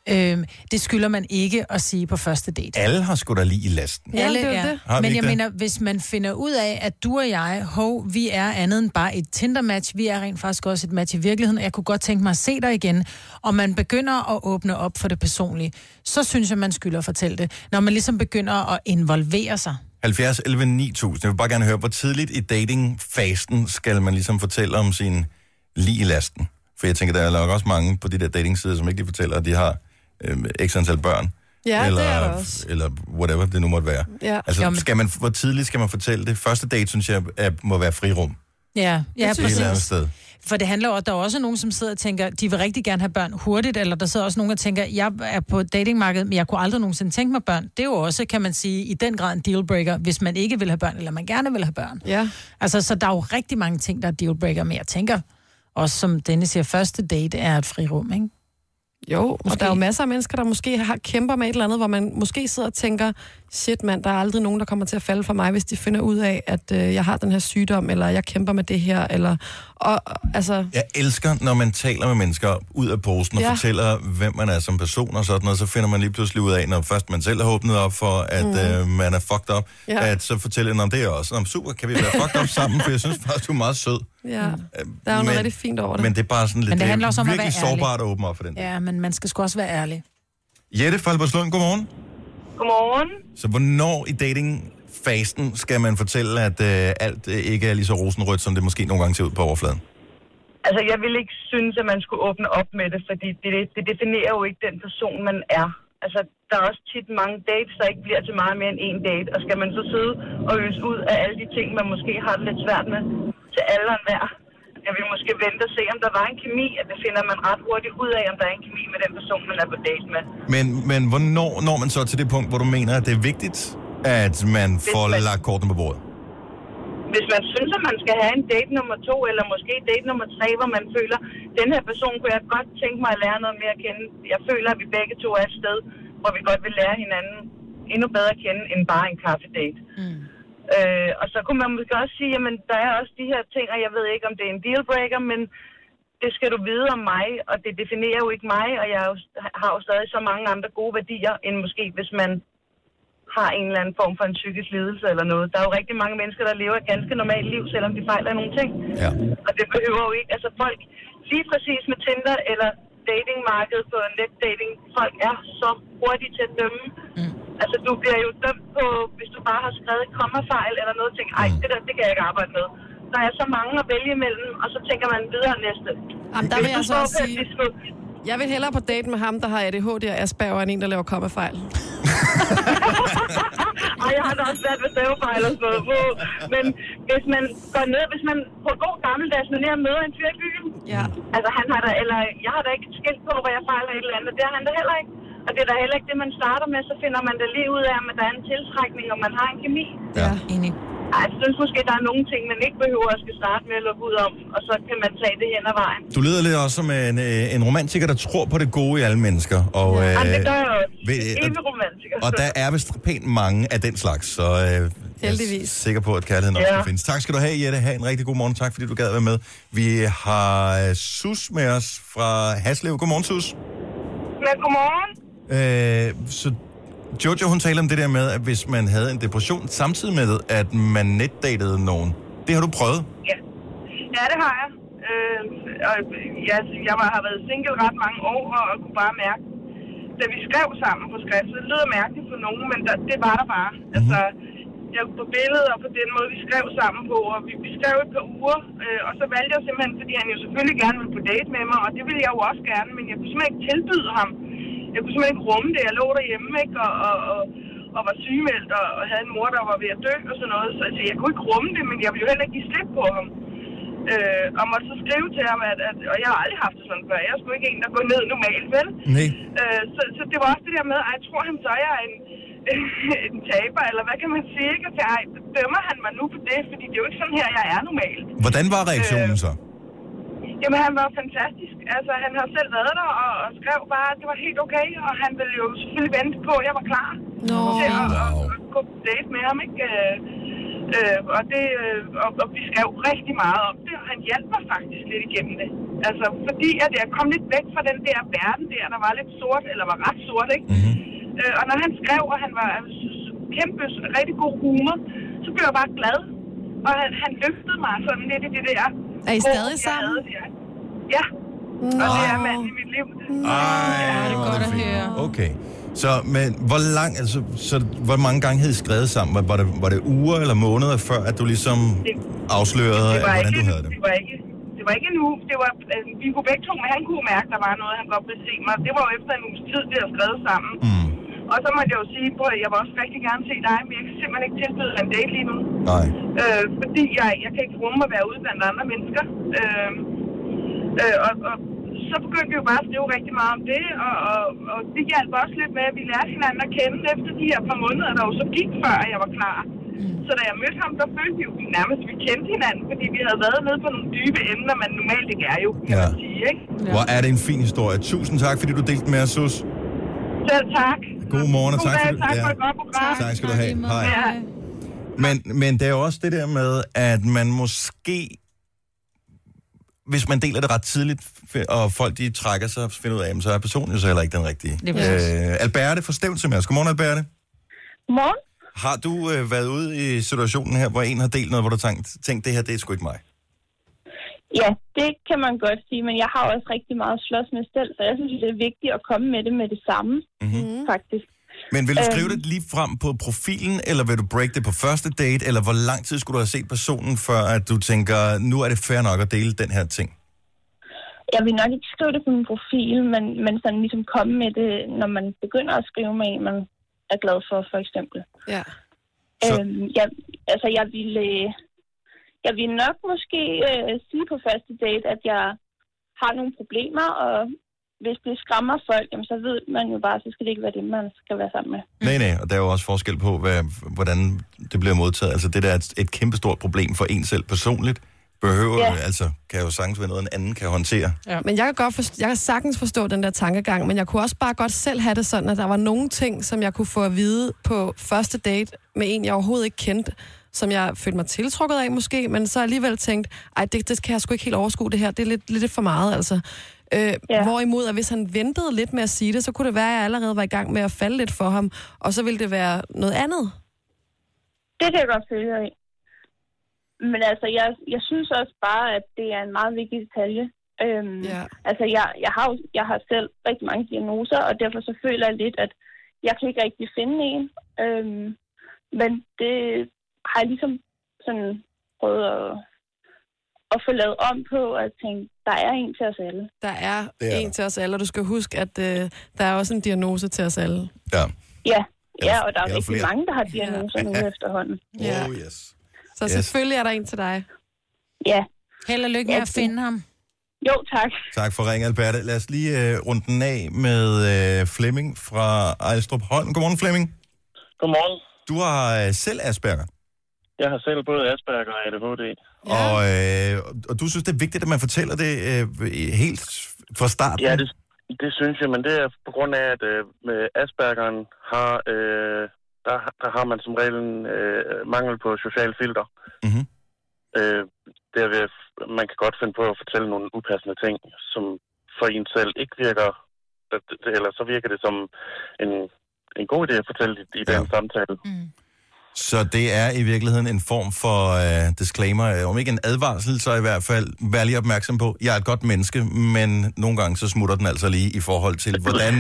S2: Øhm, det skylder man ikke at sige på første date.
S1: Alle har sgu da lige i lasten.
S3: Ja,
S2: Alle
S3: det er jo
S2: er.
S3: det.
S1: Har vi
S2: Men jeg
S1: ikke det?
S2: mener, hvis man finder ud af, at du og jeg, hov, vi er andet end bare et Tinder-match, vi er rent faktisk også et match i virkeligheden, og jeg kunne godt tænke mig at se dig igen, og man begynder at åbne op for det personlige, så synes jeg, man skylder at fortælle det, når man ligesom begynder at involvere sig.
S1: 70, 11, 9000. Jeg vil bare gerne høre, hvor tidligt i datingfasten skal man ligesom fortælle om sin lige i lasten? For jeg tænker, der er nok også mange på de der datingsider, som ikke lige fortæller, at de har øh, x antal børn.
S3: Ja,
S1: eller,
S3: det er der også.
S1: Eller whatever det nu måtte være.
S3: Ja.
S1: Altså,
S2: Jamen.
S1: skal man, hvor tidligt skal man fortælle det? Første date, synes jeg, er, må være frirum. Et
S2: Ja, ja
S3: synes jeg
S1: eller andet sted.
S2: For det handler jo, at der er også nogen, som sidder og tænker, de vil rigtig gerne have børn hurtigt, eller der sidder også nogen, der tænker, jeg er på datingmarkedet, men jeg kunne aldrig nogensinde tænke mig børn. Det er jo også, kan man sige, i den grad en dealbreaker, hvis man ikke vil have børn, eller man gerne vil have børn.
S3: Ja.
S2: Altså, så der er jo rigtig mange ting, der er dealbreaker, men jeg tænker, også som Dennis siger, første date er et frirum, ikke?
S3: Jo, måske.
S2: Måske.
S3: og der er jo masser af mennesker, der måske har kæmper med et eller andet, hvor man måske sidder og tænker, shit mand, der er aldrig nogen, der kommer til at falde for mig, hvis de finder ud af, at øh, jeg har den her sygdom, eller jeg kæmper med det her, eller... Og, og, altså,
S1: Jeg elsker, når man taler med mennesker ud af posen og ja.
S3: Ja.
S1: fortæller, hvem man er som person og sådan noget, så finder man lige pludselig ud af, når først man selv har åbnet op for, at mm. øh, man er fucked up, ja.
S3: Mhm. Ja.
S1: at så fortæller man om det er også. Om super, kan vi være fucked up sammen, for jeg synes faktisk, du er meget sød.
S3: ja, der er jo
S1: men-
S3: noget rigtig fint over det.
S1: Men det er bare sådan lidt,
S2: Men det
S1: det,
S2: handler
S1: det
S2: også
S1: er
S2: om at
S1: virkelig
S2: være ærlig.
S1: sårbart at åbne op for den. Ja.
S2: Ja, men man skal sgu også være ærlig.
S1: Jette fra Albertslund, godmorgen.
S7: Godmorgen.
S1: Så hvornår i datingfasten skal man fortælle, at øh, alt øh, ikke er lige så rosenrødt, som det måske nogle gange ser ud på overfladen?
S7: Altså, jeg vil ikke synes, at man skulle åbne op med det, fordi det, det definerer jo ikke den person, man er. Altså, der er også tit mange dates, der ikke bliver til meget mere end en date, og skal man så sidde og øse ud af alle de ting, man måske har det lidt svært med til alle og enhver. Jeg vil måske vente og se, om der var en kemi, at det finder man ret hurtigt ud af, om der er en kemi med den person, man er på date med.
S1: Men, men hvornår når man så til det punkt, hvor du mener, at det er vigtigt, at man får
S7: man-
S1: lagt kortene på bordet?
S7: hvis man synes, at man skal have en date nummer to, eller måske date nummer tre, hvor man føler, den her person kunne jeg godt tænke mig at lære noget mere at kende. Jeg føler, at vi begge to er et sted, hvor vi godt vil lære hinanden endnu bedre at kende, end bare en kaffedate. Mm. Øh, og så kunne man måske også sige, jamen der er også de her ting, og jeg ved ikke, om det er en dealbreaker, men det skal du vide om mig, og det definerer jo ikke mig, og jeg er jo, har jo stadig så mange andre gode værdier, end måske hvis man har en eller anden form for en psykisk lidelse eller noget. Der er jo rigtig mange mennesker, der lever et ganske normalt liv, selvom de fejler nogle ting.
S1: Ja.
S7: Og det behøver jo ikke. Altså folk, lige præcis med Tinder eller datingmarkedet på netdating, folk er så hurtige til at dømme. Mm. Altså du bliver jo dømt på, hvis du bare har skrevet et kommafejl eller noget, tænker, ej,
S3: Mm.
S7: det der, det kan jeg ikke arbejde med. Der er så mange at vælge imellem, og så tænker man videre næste.
S3: Jamen, der
S7: Hvis
S3: vil
S7: du
S8: altså
S3: jeg så
S7: står
S3: også
S7: på et
S3: sige,
S7: tidspunkt-
S3: jeg vil hellere på date med ham, der har ADHD og Asperger, end en, der laver kommafejl.
S7: Ej, jeg har da også svært ved stavefejl og sådan noget. Wow. Men hvis man går ned, hvis man på god gammeldags manér møder en fyr i byen,
S3: Ja.
S7: altså han har da, eller jeg har da ikke et skilt på, hvor jeg fejler et eller andet, det har han da heller ikke. Og det er da heller ikke det, man starter med, så finder man da lige ud af, om der er en tiltrækning, og man har en kemi.
S1: Ja.
S2: Enig.
S7: Ej, jeg synes måske, der er nogle ting, man ikke behøver at skal starte med at lukke ud om, og så kan man tage det hen ad vejen.
S1: Du lyder lidt også som en, øh, en romantiker, der tror på det gode i alle mennesker. Og,
S7: Øh, Jamen, det gør jeg også.
S1: ved-
S7: Evig romantiker.
S1: og der er vist pænt mange af den slags, så øh, jeg er
S3: Heldigvis.
S1: sikker på, at kærligheden også
S7: Ja.
S1: kan findes. Tak skal du have, Jette. Ha' en rigtig god morgen. Tak, fordi du gad at være med. Vi har øh, Sus med os fra Haslev. Godmorgen, Sus.
S7: Men godmorgen.
S1: Øh, så Jojo, hun taler om det der med, at hvis man havde en depression, samtidig med, at man netdatede nogen. Det har du prøvet.
S7: Ja, ja det har jeg. Øh, og jeg, jeg var, har været single ret mange år, og, og kunne bare mærke, da vi skrev sammen på skrift, så det lyder mærkeligt for nogen, men der, det var der bare. Altså, jeg på billedet og på den måde, vi skrev sammen på, og vi, vi skrev et par uger, øh, og så valgte jeg simpelthen, fordi han jo selvfølgelig gerne ville på date med mig, og det ville jeg jo også gerne, men jeg kunne simpelthen ikke tilbyde ham. Jeg kunne simpelthen ikke rumme det, jeg lå derhjemme, ikke, og, og, og, og var sygemeldt, og, og havde en mor, der var ved at dø og sådan noget, så altså, jeg kunne ikke rumme det, men jeg ville jo heller ikke give slip på ham. Øh, og måtte så skrive til ham, at, at, og jeg har aldrig haft det sådan før, jeg er sgu ikke en, der går ned normalt, vel?
S1: Nej.
S7: Øh, så, så det var også det der med, at jeg tror han så, jeg er en, en taber, eller hvad kan man sige, ikke? Og så, ej, dømmer han mig nu på det, fordi det er jo ikke sådan her, jeg er normalt.
S1: Hvordan var reaktionen
S7: Øh,
S1: så?
S7: Jamen, han var fantastisk. Altså, han har selv været der og, og skrev bare, at det var helt okay, og han ville jo selvfølgelig vente på, at jeg var klar
S3: Nå.
S7: til at, at,
S1: Wow.
S7: at gå på date med ham, ikke? Øh, Øh, og, det, øh, og, og vi skrev rigtig meget om det, og han hjalp mig faktisk lidt igennem det. Altså, fordi at jeg kom lidt væk fra den der verden der, der var lidt sort, eller var ret sort, ikke? Mm-hmm. Øh, og når han skrev, og han var øh, s- s- kæmpe, s- rigtig god humor, så blev jeg bare glad. Og han, han løftede mig sådan lidt i det der.
S8: Er I
S7: håb,
S8: stadig
S7: jeg
S8: sammen?
S7: havde der. Ja, og det er manden i mit liv.
S8: Mm.
S1: Ej,
S2: det er
S1: hvor
S2: godt at
S1: fint.
S2: høre.
S1: Okay. Så, men hvor lang, altså, så, hvor mange gange havde I skrevet sammen? Var, var, det, var det uger eller måneder før, at du ligesom
S7: Det-
S1: afslørede,
S7: det
S1: det
S7: var
S1: øh, hvordan
S7: ikke,
S1: du havde det?
S7: Det var ikke, det var ikke en uge. Det var, altså, vi kunne begge to, men han kunne mærke, der var noget, han godt ville se mig. Det var jo efter en uges tid, vi havde skrevet sammen.
S1: Mm.
S7: Og så måtte jeg jo sige, at jeg vil også rigtig gerne se dig, men jeg kan simpelthen ikke tilbyde dig en date lige nu.
S1: Nej.
S7: Øh, fordi jeg, jeg kan ikke rumme at være ude blandt andre mennesker. Øh, øh, og, og, så begyndte vi jo bare at skrive rigtig meget om det, og, og, og det hjalp også lidt med, at vi lærte hinanden at kende efter de her par måneder, der jo så gik, før jeg var klar. Så da jeg mødte ham, der følte vi jo nærmest, at vi kendte hinanden, fordi vi havde været nede på nogle dybe emner, man normalt ikke er jo, kan
S1: Ja.
S7: ja. man sige, ikke?
S1: Ja. Hvor er det en fin historie. Tusind tak, fordi du delte den med os, Sus.
S7: Selv tak.
S1: God morgen, og
S7: God
S1: tak for
S7: dag,
S1: det.
S7: tak for
S1: Ja.
S7: et godt program.
S1: Tak skal du have. Hej.
S7: Ja.
S1: Men, men det er jo også det der med, at man måske, hvis man deler det ret tidligt, f- og folk de trækker sig og finder ud af, "Jamen, så er personen jo så heller ikke den rigtige.
S2: Det er præcis.
S1: Øh, Alberte fra Stævnse med os. Godmorgen, Alberte.
S7: Morgen.
S1: Har du øh, været ude i situationen her, hvor en har delt noget, hvor du tænkt, tænkt det her, det er sgu ikke mig?
S9: Ja, det kan man godt sige, men jeg har også rigtig meget at slås med selv, så jeg synes, det er vigtigt at komme med det med det samme, mm-hmm. faktisk.
S1: Men vil du skrive
S9: Øhm.
S1: det lige frem på profilen, eller vil du break det på første date, eller hvor lang tid skulle du have set personen, før at du tænker, nu er det fair nok at dele den her ting?
S9: Jeg vil nok ikke skrive det på min profil, men, men sådan ligesom komme med det, når man begynder at skrive med en, man er glad for, for eksempel.
S3: Ja.
S1: Så-
S9: Øhm, jeg, altså, jeg ville, øh, jeg ville nok måske øh, sige på første date, at jeg har nogle problemer, og hvis det skræmmer folk, jamen, så ved man jo bare, så skal det ikke være det, man skal være sammen med.
S1: Nej, nej, og der er jo også forskel på, hvad, hvordan det bliver modtaget. Altså det der er et, et kæmpestort problem for en selv personligt, behøver ja.
S9: Ja.
S1: altså, kan jo sagtens være noget, en anden kan håndtere.
S8: Men jeg kan, godt forstå, jeg kan sagtens forstå den der tankegang, men jeg kunne også bare godt selv have det sådan, at der var nogle ting, som jeg kunne få at vide på første date med en, jeg overhovedet ikke kendte, som jeg følte mig tiltrukket af måske, men så alligevel tænkt, ej, det, det kan jeg sgu ikke helt overskue det her, det er lidt, lidt for meget altså. Øh, ja.
S9: Ja.
S8: Hvorimod, at hvis han ventede lidt med at sige det, så kunne det være, at jeg allerede var i gang med at falde lidt for ham, og så ville det være noget andet.
S9: Det kan jeg godt følge dig i. Men altså, jeg, jeg synes også bare, at det er en meget vigtig detalje. Øhm,
S8: Ja.
S9: Altså, jeg, jeg, har, jo- jeg har selv rigtig mange diagnoser, og derfor så føler jeg lidt, at jeg kan ikke rigtig finde en. Øhm, men det har jeg ligesom sådan prøvet at, at få lavet om på, at tænke, der er en til os alle.
S8: Der er,
S1: Det er
S8: er en
S1: der.
S8: til os alle, og du skal huske, at øh, der er også en diagnose til os alle.
S1: Ja.
S9: Ja,
S1: Eller-
S9: ja og der er
S1: eller
S9: jo rigtig
S1: flere.
S9: mange, der har diagnoser nu efterhånden.
S8: Ja.
S1: Oh, yes.
S8: Så
S1: Yes.
S8: yes. selvfølgelig er der en til dig.
S9: Ja,
S2: Held og lykke med
S9: Ja,
S2: at
S9: det-
S2: finde ham.
S9: jo tak.
S1: Tak for ringen, Alberte. Lad os lige øh, runde den af med øh, Flemming fra Ejlstrup Holm. Godmorgen, Flemming.
S10: Godmorgen.
S1: Du har øh, selv Asperger,
S10: Jeg har selv både Asperger og ADHD.
S1: ja. og, øh, og du synes, det er vigtigt, at man fortæller det øh, helt fra starten.
S10: Ja, det, det synes jeg, men det er på grund af, at øh, med Aspergeren har, øh, der, der har man som regel en øh, mangel på social filter.
S1: Mhm.
S10: Øh, derved, man kan godt finde på at fortælle nogle upassende ting, som for en selv ikke virker, eller så virker det som en, en god idé at fortælle i, i den samtale.
S1: Så det er i virkeligheden en form for øh, disclaimer, øh, om ikke en advarsel, så i hvert fald vær lige opmærksom på, jeg er et godt menneske, men nogle gange så smutter den altså lige i forhold til, hvordan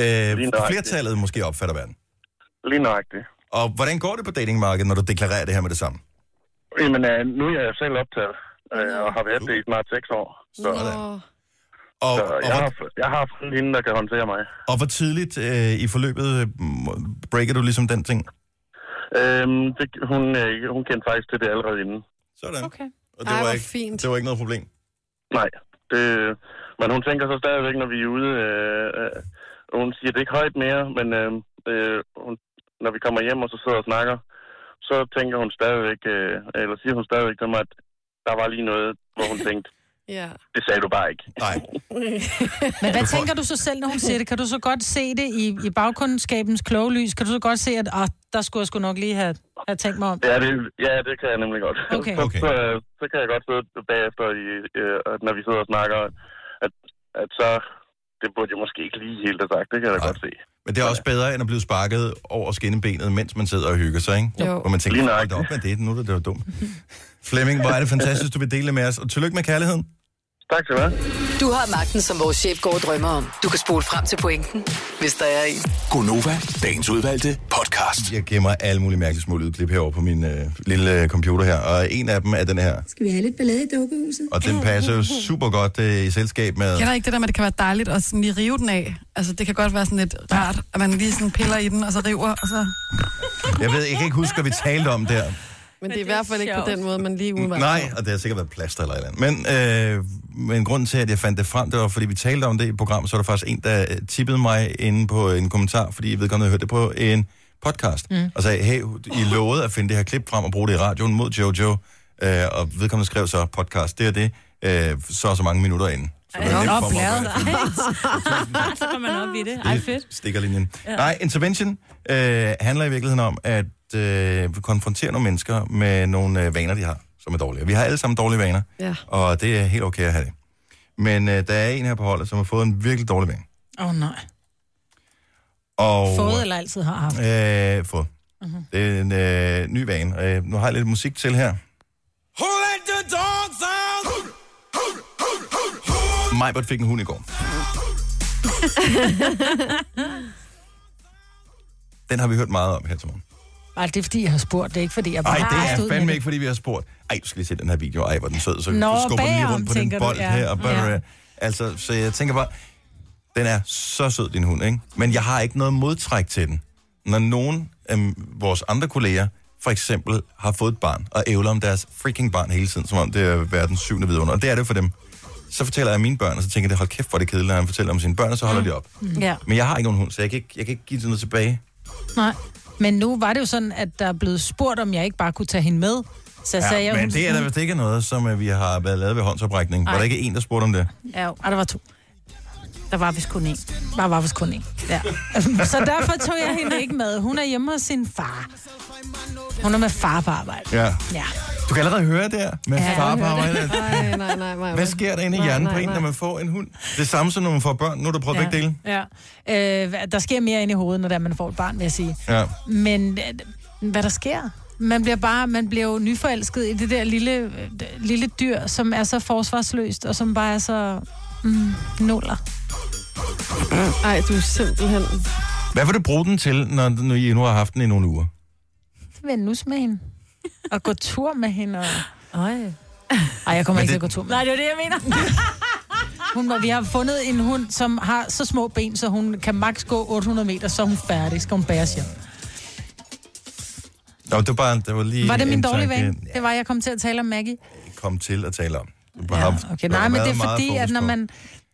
S1: øh,
S10: nøjagtigt.
S1: flertallet måske opfatter verden.
S10: Lige nøjagtigt.
S1: Og hvordan går det på datingmarkedet, når du deklarerer det her med det samme?
S10: Jamen, øh, nu er jeg selv optaget, øh, og har været det i snart seks år. Så,
S8: Nå.
S1: Og,
S10: så
S1: og,
S10: jeg,
S1: hvor,
S10: har, jeg har fundet hende, der kan håndtere mig.
S1: og hvor tidligt øh, i forløbet øh, m- breaker du ligesom den ting?
S10: Øhm, det, hun, øh, hun kendte faktisk til det allerede inden.
S1: Sådan.
S2: Okay.
S1: Og det
S8: Ej,
S1: var,
S8: hvor
S1: ikke,
S8: fint.
S1: det var ikke noget problem.
S10: Nej, det, men hun tænker så stadigvæk, når vi er ude. Øh, øh, hun siger det ikke højt mere, men øh, øh, hun, når vi kommer hjem og så sidder og snakker, så tænker hun stadigvæk, øh, eller siger hun stadigvæk til mig, at der var lige noget, hvor hun tænkte,
S8: Ja.
S10: det sagde du bare ikke.
S1: Nej.
S2: Men hvad tænker du så selv, når hun siger det? Kan du så godt se det i, i bagkundskabens kloge lys? Kan du så godt se, at ah, der skulle jeg sgu nok lige have... Jeg har tænkt mig om.
S10: Ja, det, ja, det kan jeg nemlig godt.
S2: Okay.
S10: så,
S2: Okay.
S10: Så, så kan jeg godt sidde bagefter, i, øh, at når vi sidder og snakker, at, at så... Det burde jeg måske ikke lige helt have sagt, det kan jeg da godt se.
S1: Men det er også bedre, end at blive sparket over skinnebenet, mens man sidder og hygger sig, ikke?
S10: Jo.
S1: Hvor man tænker,
S10: Lige
S1: hold da op med det, nu er det jo dumt. Flemming, hvor er det fantastisk, du vil dele med os, og tillykke med kærligheden.
S10: Tak skal du have.
S6: Du har magten, som vores chef går og drømmer om. Du kan spole frem til pointen, hvis der er en.
S1: Gonova, dagens udvalgte podcast. Jeg gemmer alle mulige mærkelige små lydklip herovre på min øh, lille øh, computer her, og en af dem er den her.
S3: Skal vi have lidt ballade i dukkehuset?
S1: Og den passer jo super godt øh, i selskab med...
S3: Kender I ikke det der med, at det kan være dejligt at sådan lige rive den af? Altså, det kan godt være sådan lidt rart, at man lige sådan piller i den, og så river, og så...
S1: Jeg ved, jeg kan ikke huske, hvad vi talte om der.
S8: Men det er i hvert fald ikke på
S3: sjovt.
S8: den måde, man lige umiddelbart...
S1: Nej, og det har sikkert været plaster eller et eller andet. Men, øh, men grunden til, at jeg fandt det frem, det var, fordi vi talte om det i programmet, så var der faktisk en, der øh, tippede mig inde på en kommentar, fordi jeg vedkommende havde hørt det på en podcast, mm. og sagde, hey, I lovede at finde det her klip frem og bruge det i radioen mod Jojo, øh, og vedkommende skrev så podcast, det er det, øh, så og så mange minutter inden. Så det var nemt for mig at
S4: Nej. Så kommer man op i det. Ej, fedt.
S1: stikker linjen.
S4: Ja.
S1: Ja. Nej, intervention øh, handler i virkeligheden om at øh, konfrontere nogle mennesker med nogle øh, vaner, de har, som er dårlige. Vi har alle sammen dårlige vaner,
S8: Ja.
S1: og det er helt okay at have det. Men øh, der er en her på holdet, som har fået en virkelig dårlig vane.
S2: Åh, oh, nej.
S1: Og,
S2: Fået eller altid har haft.
S1: Øh, fået. Uh-huh. Det er en øh, ny vane. Øh, nu har jeg lidt musik til her.
S11: Who let the dogs out?
S1: Majbert fik en hund i går. Den har vi hørt meget om her til morgen.
S2: Nej, det er fordi, jeg har spurgt. Det er ikke fordi, jeg bare
S1: Ej,
S2: har
S1: det
S2: stået
S1: er
S2: med
S1: fandme ikke, fordi vi har spurgt. Ej, du skal lige se den her video. Ej, hvor er den sød. Så
S2: Nå,
S1: Nå, skubber den lige
S2: bagom,
S1: rundt på den
S2: tænker du,
S1: bold
S2: ja.
S1: her. Og bare,
S2: Ja.
S1: Altså, så jeg tænker bare, den er så sød, din hund, ikke? Men jeg har ikke noget modtræk til den. Når nogen af vores andre kolleger, for eksempel, har fået et barn, og ævler om deres freaking barn hele tiden, som om det er verdens syvende vidunder. Og det er det for dem. Så fortæller jeg mine børn, og så tænker jeg, hold kæft, hvor er det kedeligt, når han fortæller om sine børn, og så holder de op.
S2: Ja,
S1: Men jeg har ikke nogen hund, så jeg kan ikke, jeg kan ikke give sådan noget tilbage.
S2: nej. Men nu var det jo sådan, at der er blevet spurgt, om jeg ikke bare kunne tage hende med. Så jeg sagde jeg,
S1: men
S2: hun-
S1: det er da vist ikke noget, som øh, vi har været lavet ved håndsoprækning. Var
S2: Ej.
S1: der ikke en, der spurgte om det?
S2: Ja, jo. Ej, der var to. Der var vist kun én. Der var vist kun én. Ja. Så derfor tog jeg hende ikke med. Hun er hjemme hos sin far. Hun er med far på arbejde.
S1: Ja.
S2: Ja.
S1: Du kan allerede høre der med
S2: Ja,
S1: ja,
S2: jeg
S1: far på
S2: hører det.
S1: arbejde.
S8: Nej, nej, nej. Maja.
S1: Hvad sker der inde i
S8: Nej,
S1: hjernen
S8: nej,
S1: på en,
S8: nej.
S1: når man får en hund? Det samme som når man får børn. Nu har du prøvet ja. begge dele.
S2: Ja. Øh, hvad- der sker mere ind i hovedet, når det er, man får et barn, vil jeg sige.
S1: Ja.
S2: Men øh, hvad der sker? Man bliver bare, man bliver jo nyforelsket i det der lille, øh, lille dyr, som er så forsvarsløst, og som bare er så mm, nuller.
S8: Ej, du er simpelthen...
S1: Hvad vil du bruge den til, når, når I nu har haft den i nogle uger?
S2: Så vil jeg nus med hende. Og gå tur med hende. Og... Ej. Ej, jeg kommer
S1: Men
S2: ikke til at
S1: det-
S2: gå tur med Nej, det er det, jeg mener. hun, var- vi har fundet en hund, som har så små ben, så hun kan maks gå 800 meter, så er hun færdig. Skal hun bæres hjem.
S1: Nå, det var, bare, det var lige
S2: Var det min
S1: en
S2: dårlige
S1: tanke,
S2: vane? Det var, jeg kom til at tale om Maggie.
S1: jeg kom til at tale om. Du har haft-
S2: Okay,
S1: der
S2: nej,
S1: har
S2: men
S1: været
S2: det er
S1: meget
S2: fordi,
S1: fokus
S2: at når
S1: på.
S2: man...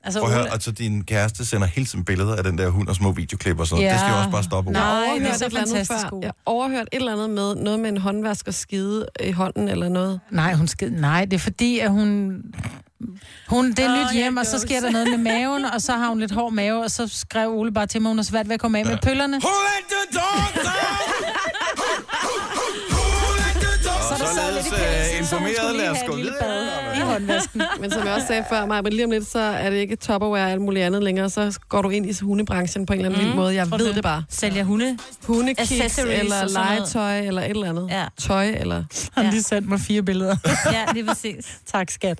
S2: Altså,
S1: Prøv at høre,
S2: Ulla-
S1: og så din kæreste sender hele tiden billeder af den der hund og små videoklip og sådan noget. Det skal jo også bare stoppe.
S8: Nej,
S1: Ole.
S8: jeg
S2: det er
S8: overhørte
S2: så
S8: et eller andet
S2: fantastisk
S8: før.
S2: god.
S8: Jeg overhørte et eller andet med noget med en håndvask og skide i hånden eller noget.
S2: Nej, hun skid. Nej, det er fordi, at hun... Hun, det er
S8: Åh,
S2: oh, nyt
S8: jeg
S2: hjem, og så
S8: goes.
S2: sker der noget med maven, og så har hun lidt hård mave, og så skrev Ole bare til mig, hun har svært ved at komme af med pøllerne.
S11: Who let the dogs out? Who let the dogs
S2: Så er der så
S1: således,
S2: lidt i pelsen,
S1: øh,
S2: så hun skulle
S1: informeret.
S2: lige
S1: Lad os
S2: have
S1: gå
S2: et lille
S1: videre.
S2: bad i håndvasken.
S8: Men som jeg også sagde før, Maja, men lige om lidt, så er det ikke Tupperware og alt muligt andet længere, så går du ind i hundebranchen på en eller anden
S4: Mm.
S8: mm. vild måde. Jeg
S4: Tror du
S8: ved
S4: det?
S8: det bare.
S4: Sælger hunde?
S8: Hundekiks
S4: Accessories
S8: eller
S4: og sådan noget.
S8: legetøj eller et eller andet.
S4: Ja.
S8: Tøj eller...
S2: Han lige sendt mig fire billeder.
S4: Ja, lige præcis.
S2: tak, skat.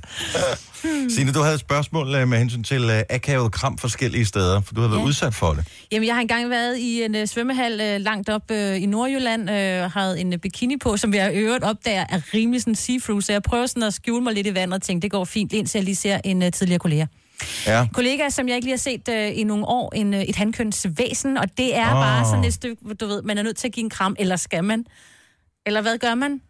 S1: Signe, du havde et spørgsmål øh, med hensyn til øh, akavet kram forskellige steder, for du har været
S4: Ja.
S1: udsat for det.
S4: Jamen, jeg har engang været i en øh, svømmehal øh, langt op øh, i Nordjylland, øh, og havde en øh, bikini på, som jeg i øvrigt opdager er rimelig sådan see-through, så jeg prøver sådan at skjule mig lidt i vandet og tænke, det går fint, indtil jeg lige ser en øh, tidligere kollega.
S1: Ja.
S4: kollega, som jeg ikke lige har set øh, i nogle år, en, øh, et handkønsvæsen, og det er
S1: Åh.
S4: oh. bare sådan et stykke, hvor du ved, man er nødt til at give en kram, eller skal man? Eller hvad gør man?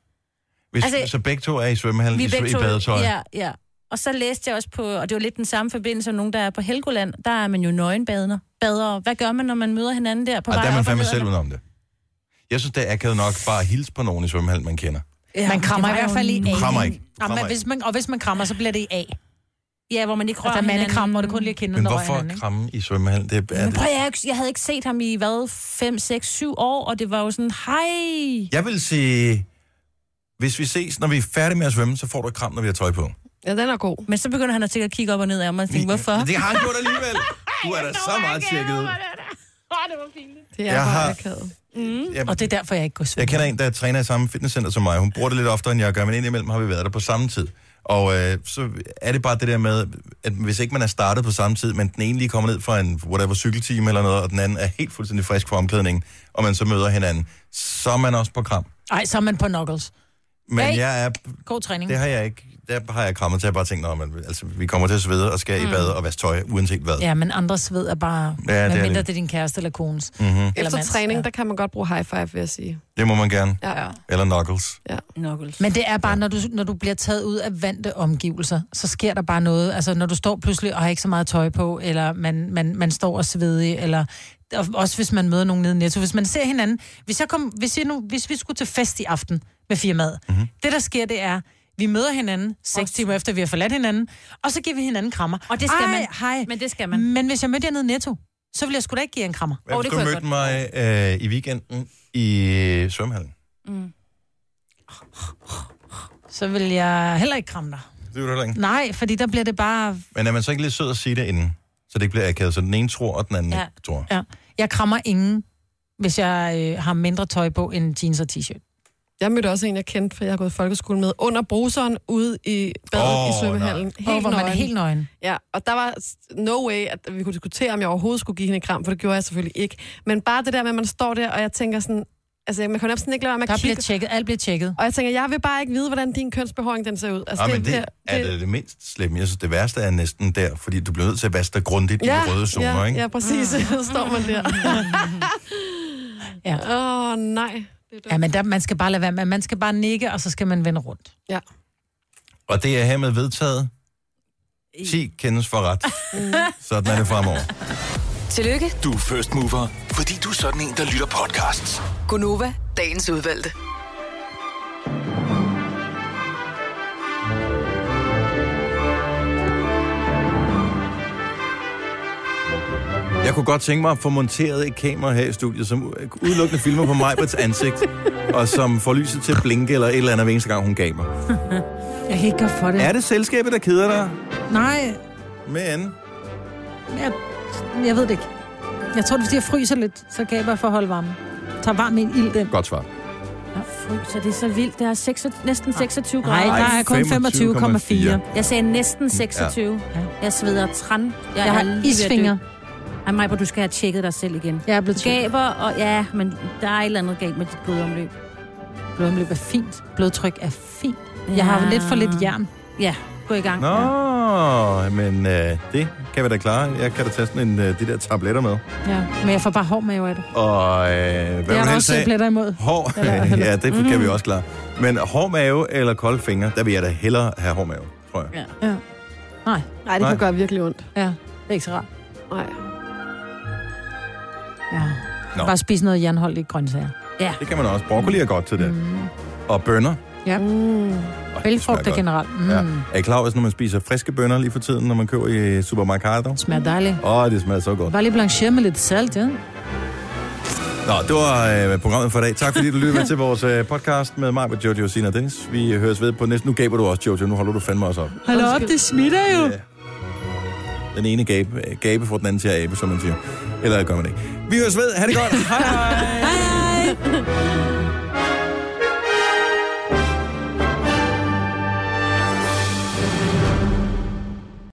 S1: Hvis,
S4: Altså,
S1: altså, så begge to er i svømmehallen i, i badetøj.
S4: Ja, ja. Og så læste jeg også på, og det var lidt den samme forbindelse som nogen, der er på Helgoland, der er man jo nøgenbadende. Bader. Hvad gør man, når man møder hinanden der på
S1: Og
S4: vej
S1: der er man
S4: op
S1: fandme
S4: ned ad-
S1: selv udenom det. Jeg synes, det er akavet nok bare at hilse på nogen i svømmehallen, man kender.
S2: man krammer
S4: det
S2: i
S4: var
S2: hvert fald
S4: jo
S2: i
S4: en-
S2: A.
S1: Du krammer ikke. Du
S2: Ja,
S1: krammer
S2: men hvis man, og hvis man krammer, så bliver det i A.
S4: Ja, hvor Altså, man ikke
S2: Og der
S4: rører
S2: er mandekram,
S4: hinanden.
S2: hvor det kun lige er kinden,
S1: Men
S2: der rører
S1: hvorfor
S2: hinanden, ikke?
S1: kramme i svømmehallen? Det er,
S4: Men prøv, jeg, har ikke- jeg havde ikke set ham i, hvad, 5, 6, 7 år, og det var jo sådan, hej.
S1: Jeg vil sige, hvis vi ses, når vi er færdige med at svømme, så får du et kram, når vi har tøj på.
S4: Ja, den er god. Men så begynder han at sikkert kigge op og ned af mig og tænke, hvorfor?
S1: Men det har han gjort alligevel. Du er da så meget tjekket ud.
S4: Åh, det var fint.
S1: Det er Jeg bare har-
S2: Mm.
S1: Jeg-
S2: Og det er derfor, jeg ikke går
S1: Jeg kender en, der træner i samme fitnesscenter som mig. Hun bruger det lidt oftere, end jeg gør, men indimellem har vi været der på samme tid. Og øh, så er det bare det der med, at hvis ikke man er startet på samme tid, men den ene lige kommer ned fra en whatever cykeltime eller noget, og den anden er helt fuldstændig frisk fra omklædningen, og man så møder hinanden, så er man også på kram.
S2: Nej, så er man på knuckles.
S1: Men
S2: Hey.
S1: jeg er,
S2: God træning.
S1: det har jeg ikke. Der har jeg krammet til, at jeg bare tænkt, "Nå, men, altså, vi kommer til at svede og skal mm. i bad og vaske tøj, uanset hvad.
S2: Ja, men andres ved er bare...
S1: Ja, det er
S2: Ja, det mindre
S1: det.
S2: det er din kæreste eller kones.
S1: Mm-hmm.
S2: Eller
S8: Efter
S2: mands,
S8: træning, ja. der kan man godt bruge high five, vil jeg sige.
S1: Det må man gerne.
S8: Ja, ja.
S1: Eller knuckles.
S8: ja.
S4: Knuckles.
S2: Men det er bare, når du, når du bliver taget ud af vante omgivelser, så sker der bare noget. Altså, når du står pludselig og har ikke så meget tøj på, eller man, man, man står og svedig, eller og også hvis man møder nogen nede i Netto. Hvis man ser hinanden... Hvis, jeg kom, hvis, jeg nu, hvis vi skulle til fest i aften med firmaet, mm-hmm. det der sker, det er, vi møder hinanden seks timer efter, vi har forladt hinanden, og så giver vi hinanden krammer.
S4: Og det skal
S2: Ej,
S4: man.
S2: Hej.
S4: Men det skal
S2: man. Men hvis jeg mødte jer nede i Netto, så ville jeg sgu da ikke give jer en krammer.
S1: Hvad, oh, du mødte mig øh, i weekenden i svømmehallen?
S4: Mm.
S2: Så vil jeg heller ikke kramme dig.
S1: Det var du heller ikke.
S2: Nej, fordi der bliver det bare...
S1: Men er man så ikke lidt sød at sige det inden? Så det ikke bliver akavet, så den ene tror, og den anden ja. Altså,
S2: Ja.
S1: ikke tror.
S2: Ja. Jeg krammer ingen, hvis jeg øh, har mindre tøj på end jeans og t-shirt.
S8: Jeg mødte også en, jeg kendte, for jeg har gået i folkeskole med, under bruseren ude i badet
S2: Åh,
S8: oh, i svømmehallen.
S2: nej. Åh, hvor man er helt nøgen.
S8: Ja, og der var s- no way, at vi kunne diskutere, om jeg overhovedet skulle give hende et kram, for det gjorde jeg selvfølgelig ikke. Men bare det der med, at man står der, og jeg tænker sådan, altså man kan jo næsten ikke lade være med
S2: Der
S8: at
S2: bliver
S8: kigge.
S2: tjekket, alt bliver tjekket.
S8: Og jeg tænker, jeg vil bare ikke vide, hvordan din kønsbehåring den ser ud.
S1: Altså, men det, er det, det mindst slemme. Jeg synes, det værste er næsten der, fordi du bliver nødt til at vaske dig grundigt ja, i de røde zoner,
S8: ja,
S1: ikke?
S8: Ja, præcis.
S2: Mm.
S8: Så står man der.
S2: Ja.
S8: Åh, oh, nej.
S2: Ja, men der, man skal bare lade være med. Man skal bare nikke, og så skal man vende rundt.
S8: Ja.
S1: Og det er hermed vedtaget. 10 kendes for ret. Sådan er det fremover.
S6: Tillykke,
S5: Du er first mover, fordi du er sådan en, der lytter podcasts.
S6: Gunova, dagens udvalgte.
S1: Jeg kunne godt tænke mig at få monteret et kamera her i studiet, som udelukkende filmer på Majbrits ansigt, og som får lyset til at blinke eller et eller andet hver eneste gang, hun gamer.
S2: Jeg kan ikke gøre for det.
S1: Er det selskabet, der keder dig?
S2: Nej,
S1: Men
S2: jeg, jeg ved det ikke. Jeg tror, det er, fordi jeg fryser lidt, så gaber jeg for at holde varme. Tager varm i en ild den.
S1: Godt svar.
S4: Jeg fryser, det er så vildt. Det er 6, næsten 26
S2: Nej,
S4: grader.
S2: der er kun 25,4.
S4: Jeg sagde næsten 26. Ja. Jeg sveder træn.
S2: Jeg har
S4: er lige ved at dø.
S2: isfingre.
S4: Ej, Maja, du skal have tjekket dig selv igen.
S2: Jeg er blevet
S4: Gaber, og ja, men der er et eller andet galt med dit blodomløb.
S2: Blodomløb er fint. Blodtryk er fint. Jeg har lidt for lidt jern.
S4: Ja, gå i gang.
S1: Nå, ja. men øh, det kan vi da klare. Jeg kan da tage sådan en, øh, de der tabletter med.
S2: Ja, men jeg får bare hård mave af det.
S1: Og øh, hvad vil
S2: jeg
S1: du
S2: har
S1: helst
S2: også
S1: have?
S2: tabletter imod.
S1: Hår,
S2: Eller-
S1: ja, det kan
S2: Mhm.
S1: vi også klare. Men hård mave eller kolde fingre, der vil jeg da hellere have hård mave, tror jeg.
S4: Ja.
S2: ja. Nej.
S8: Nej, det
S1: Nej.
S8: kan gøre virkelig ondt.
S2: Ja, det er ikke så rart.
S8: Nej.
S2: Ja.
S1: Nå.
S2: Nå. Bare spise noget jernholdigt grøntsager. Ja.
S1: Det kan man også. Broccoli er godt til det. Og bønner.
S2: Mhm. Ja. Mm. Bælfrugt er
S1: godt.
S2: generelt. Mm.
S1: Ja.
S2: Ja.
S1: Er I klar over, hvis når man spiser friske bønner lige for tiden, når man køber i supermarkedet?
S2: Smager dejligt.
S1: Åh, oh, det smager så godt.
S2: Bare lige blanchere med lidt salt, ja.
S1: Nå, det var øh, programmet for i dag. Tak fordi du lyttede med til vores øh, podcast med mig, med Jojo, Sina og Dennis. Vi høres ved på næste. Nu gaber du også, Jojo. Nu holder du fandme også op.
S2: Hold op, det smitter jo.
S1: Den ene øh, gabe, gabe får den anden til at abe, som man siger. Eller gør man ikke. Vi høres ved. Ha' det godt. Hej hej.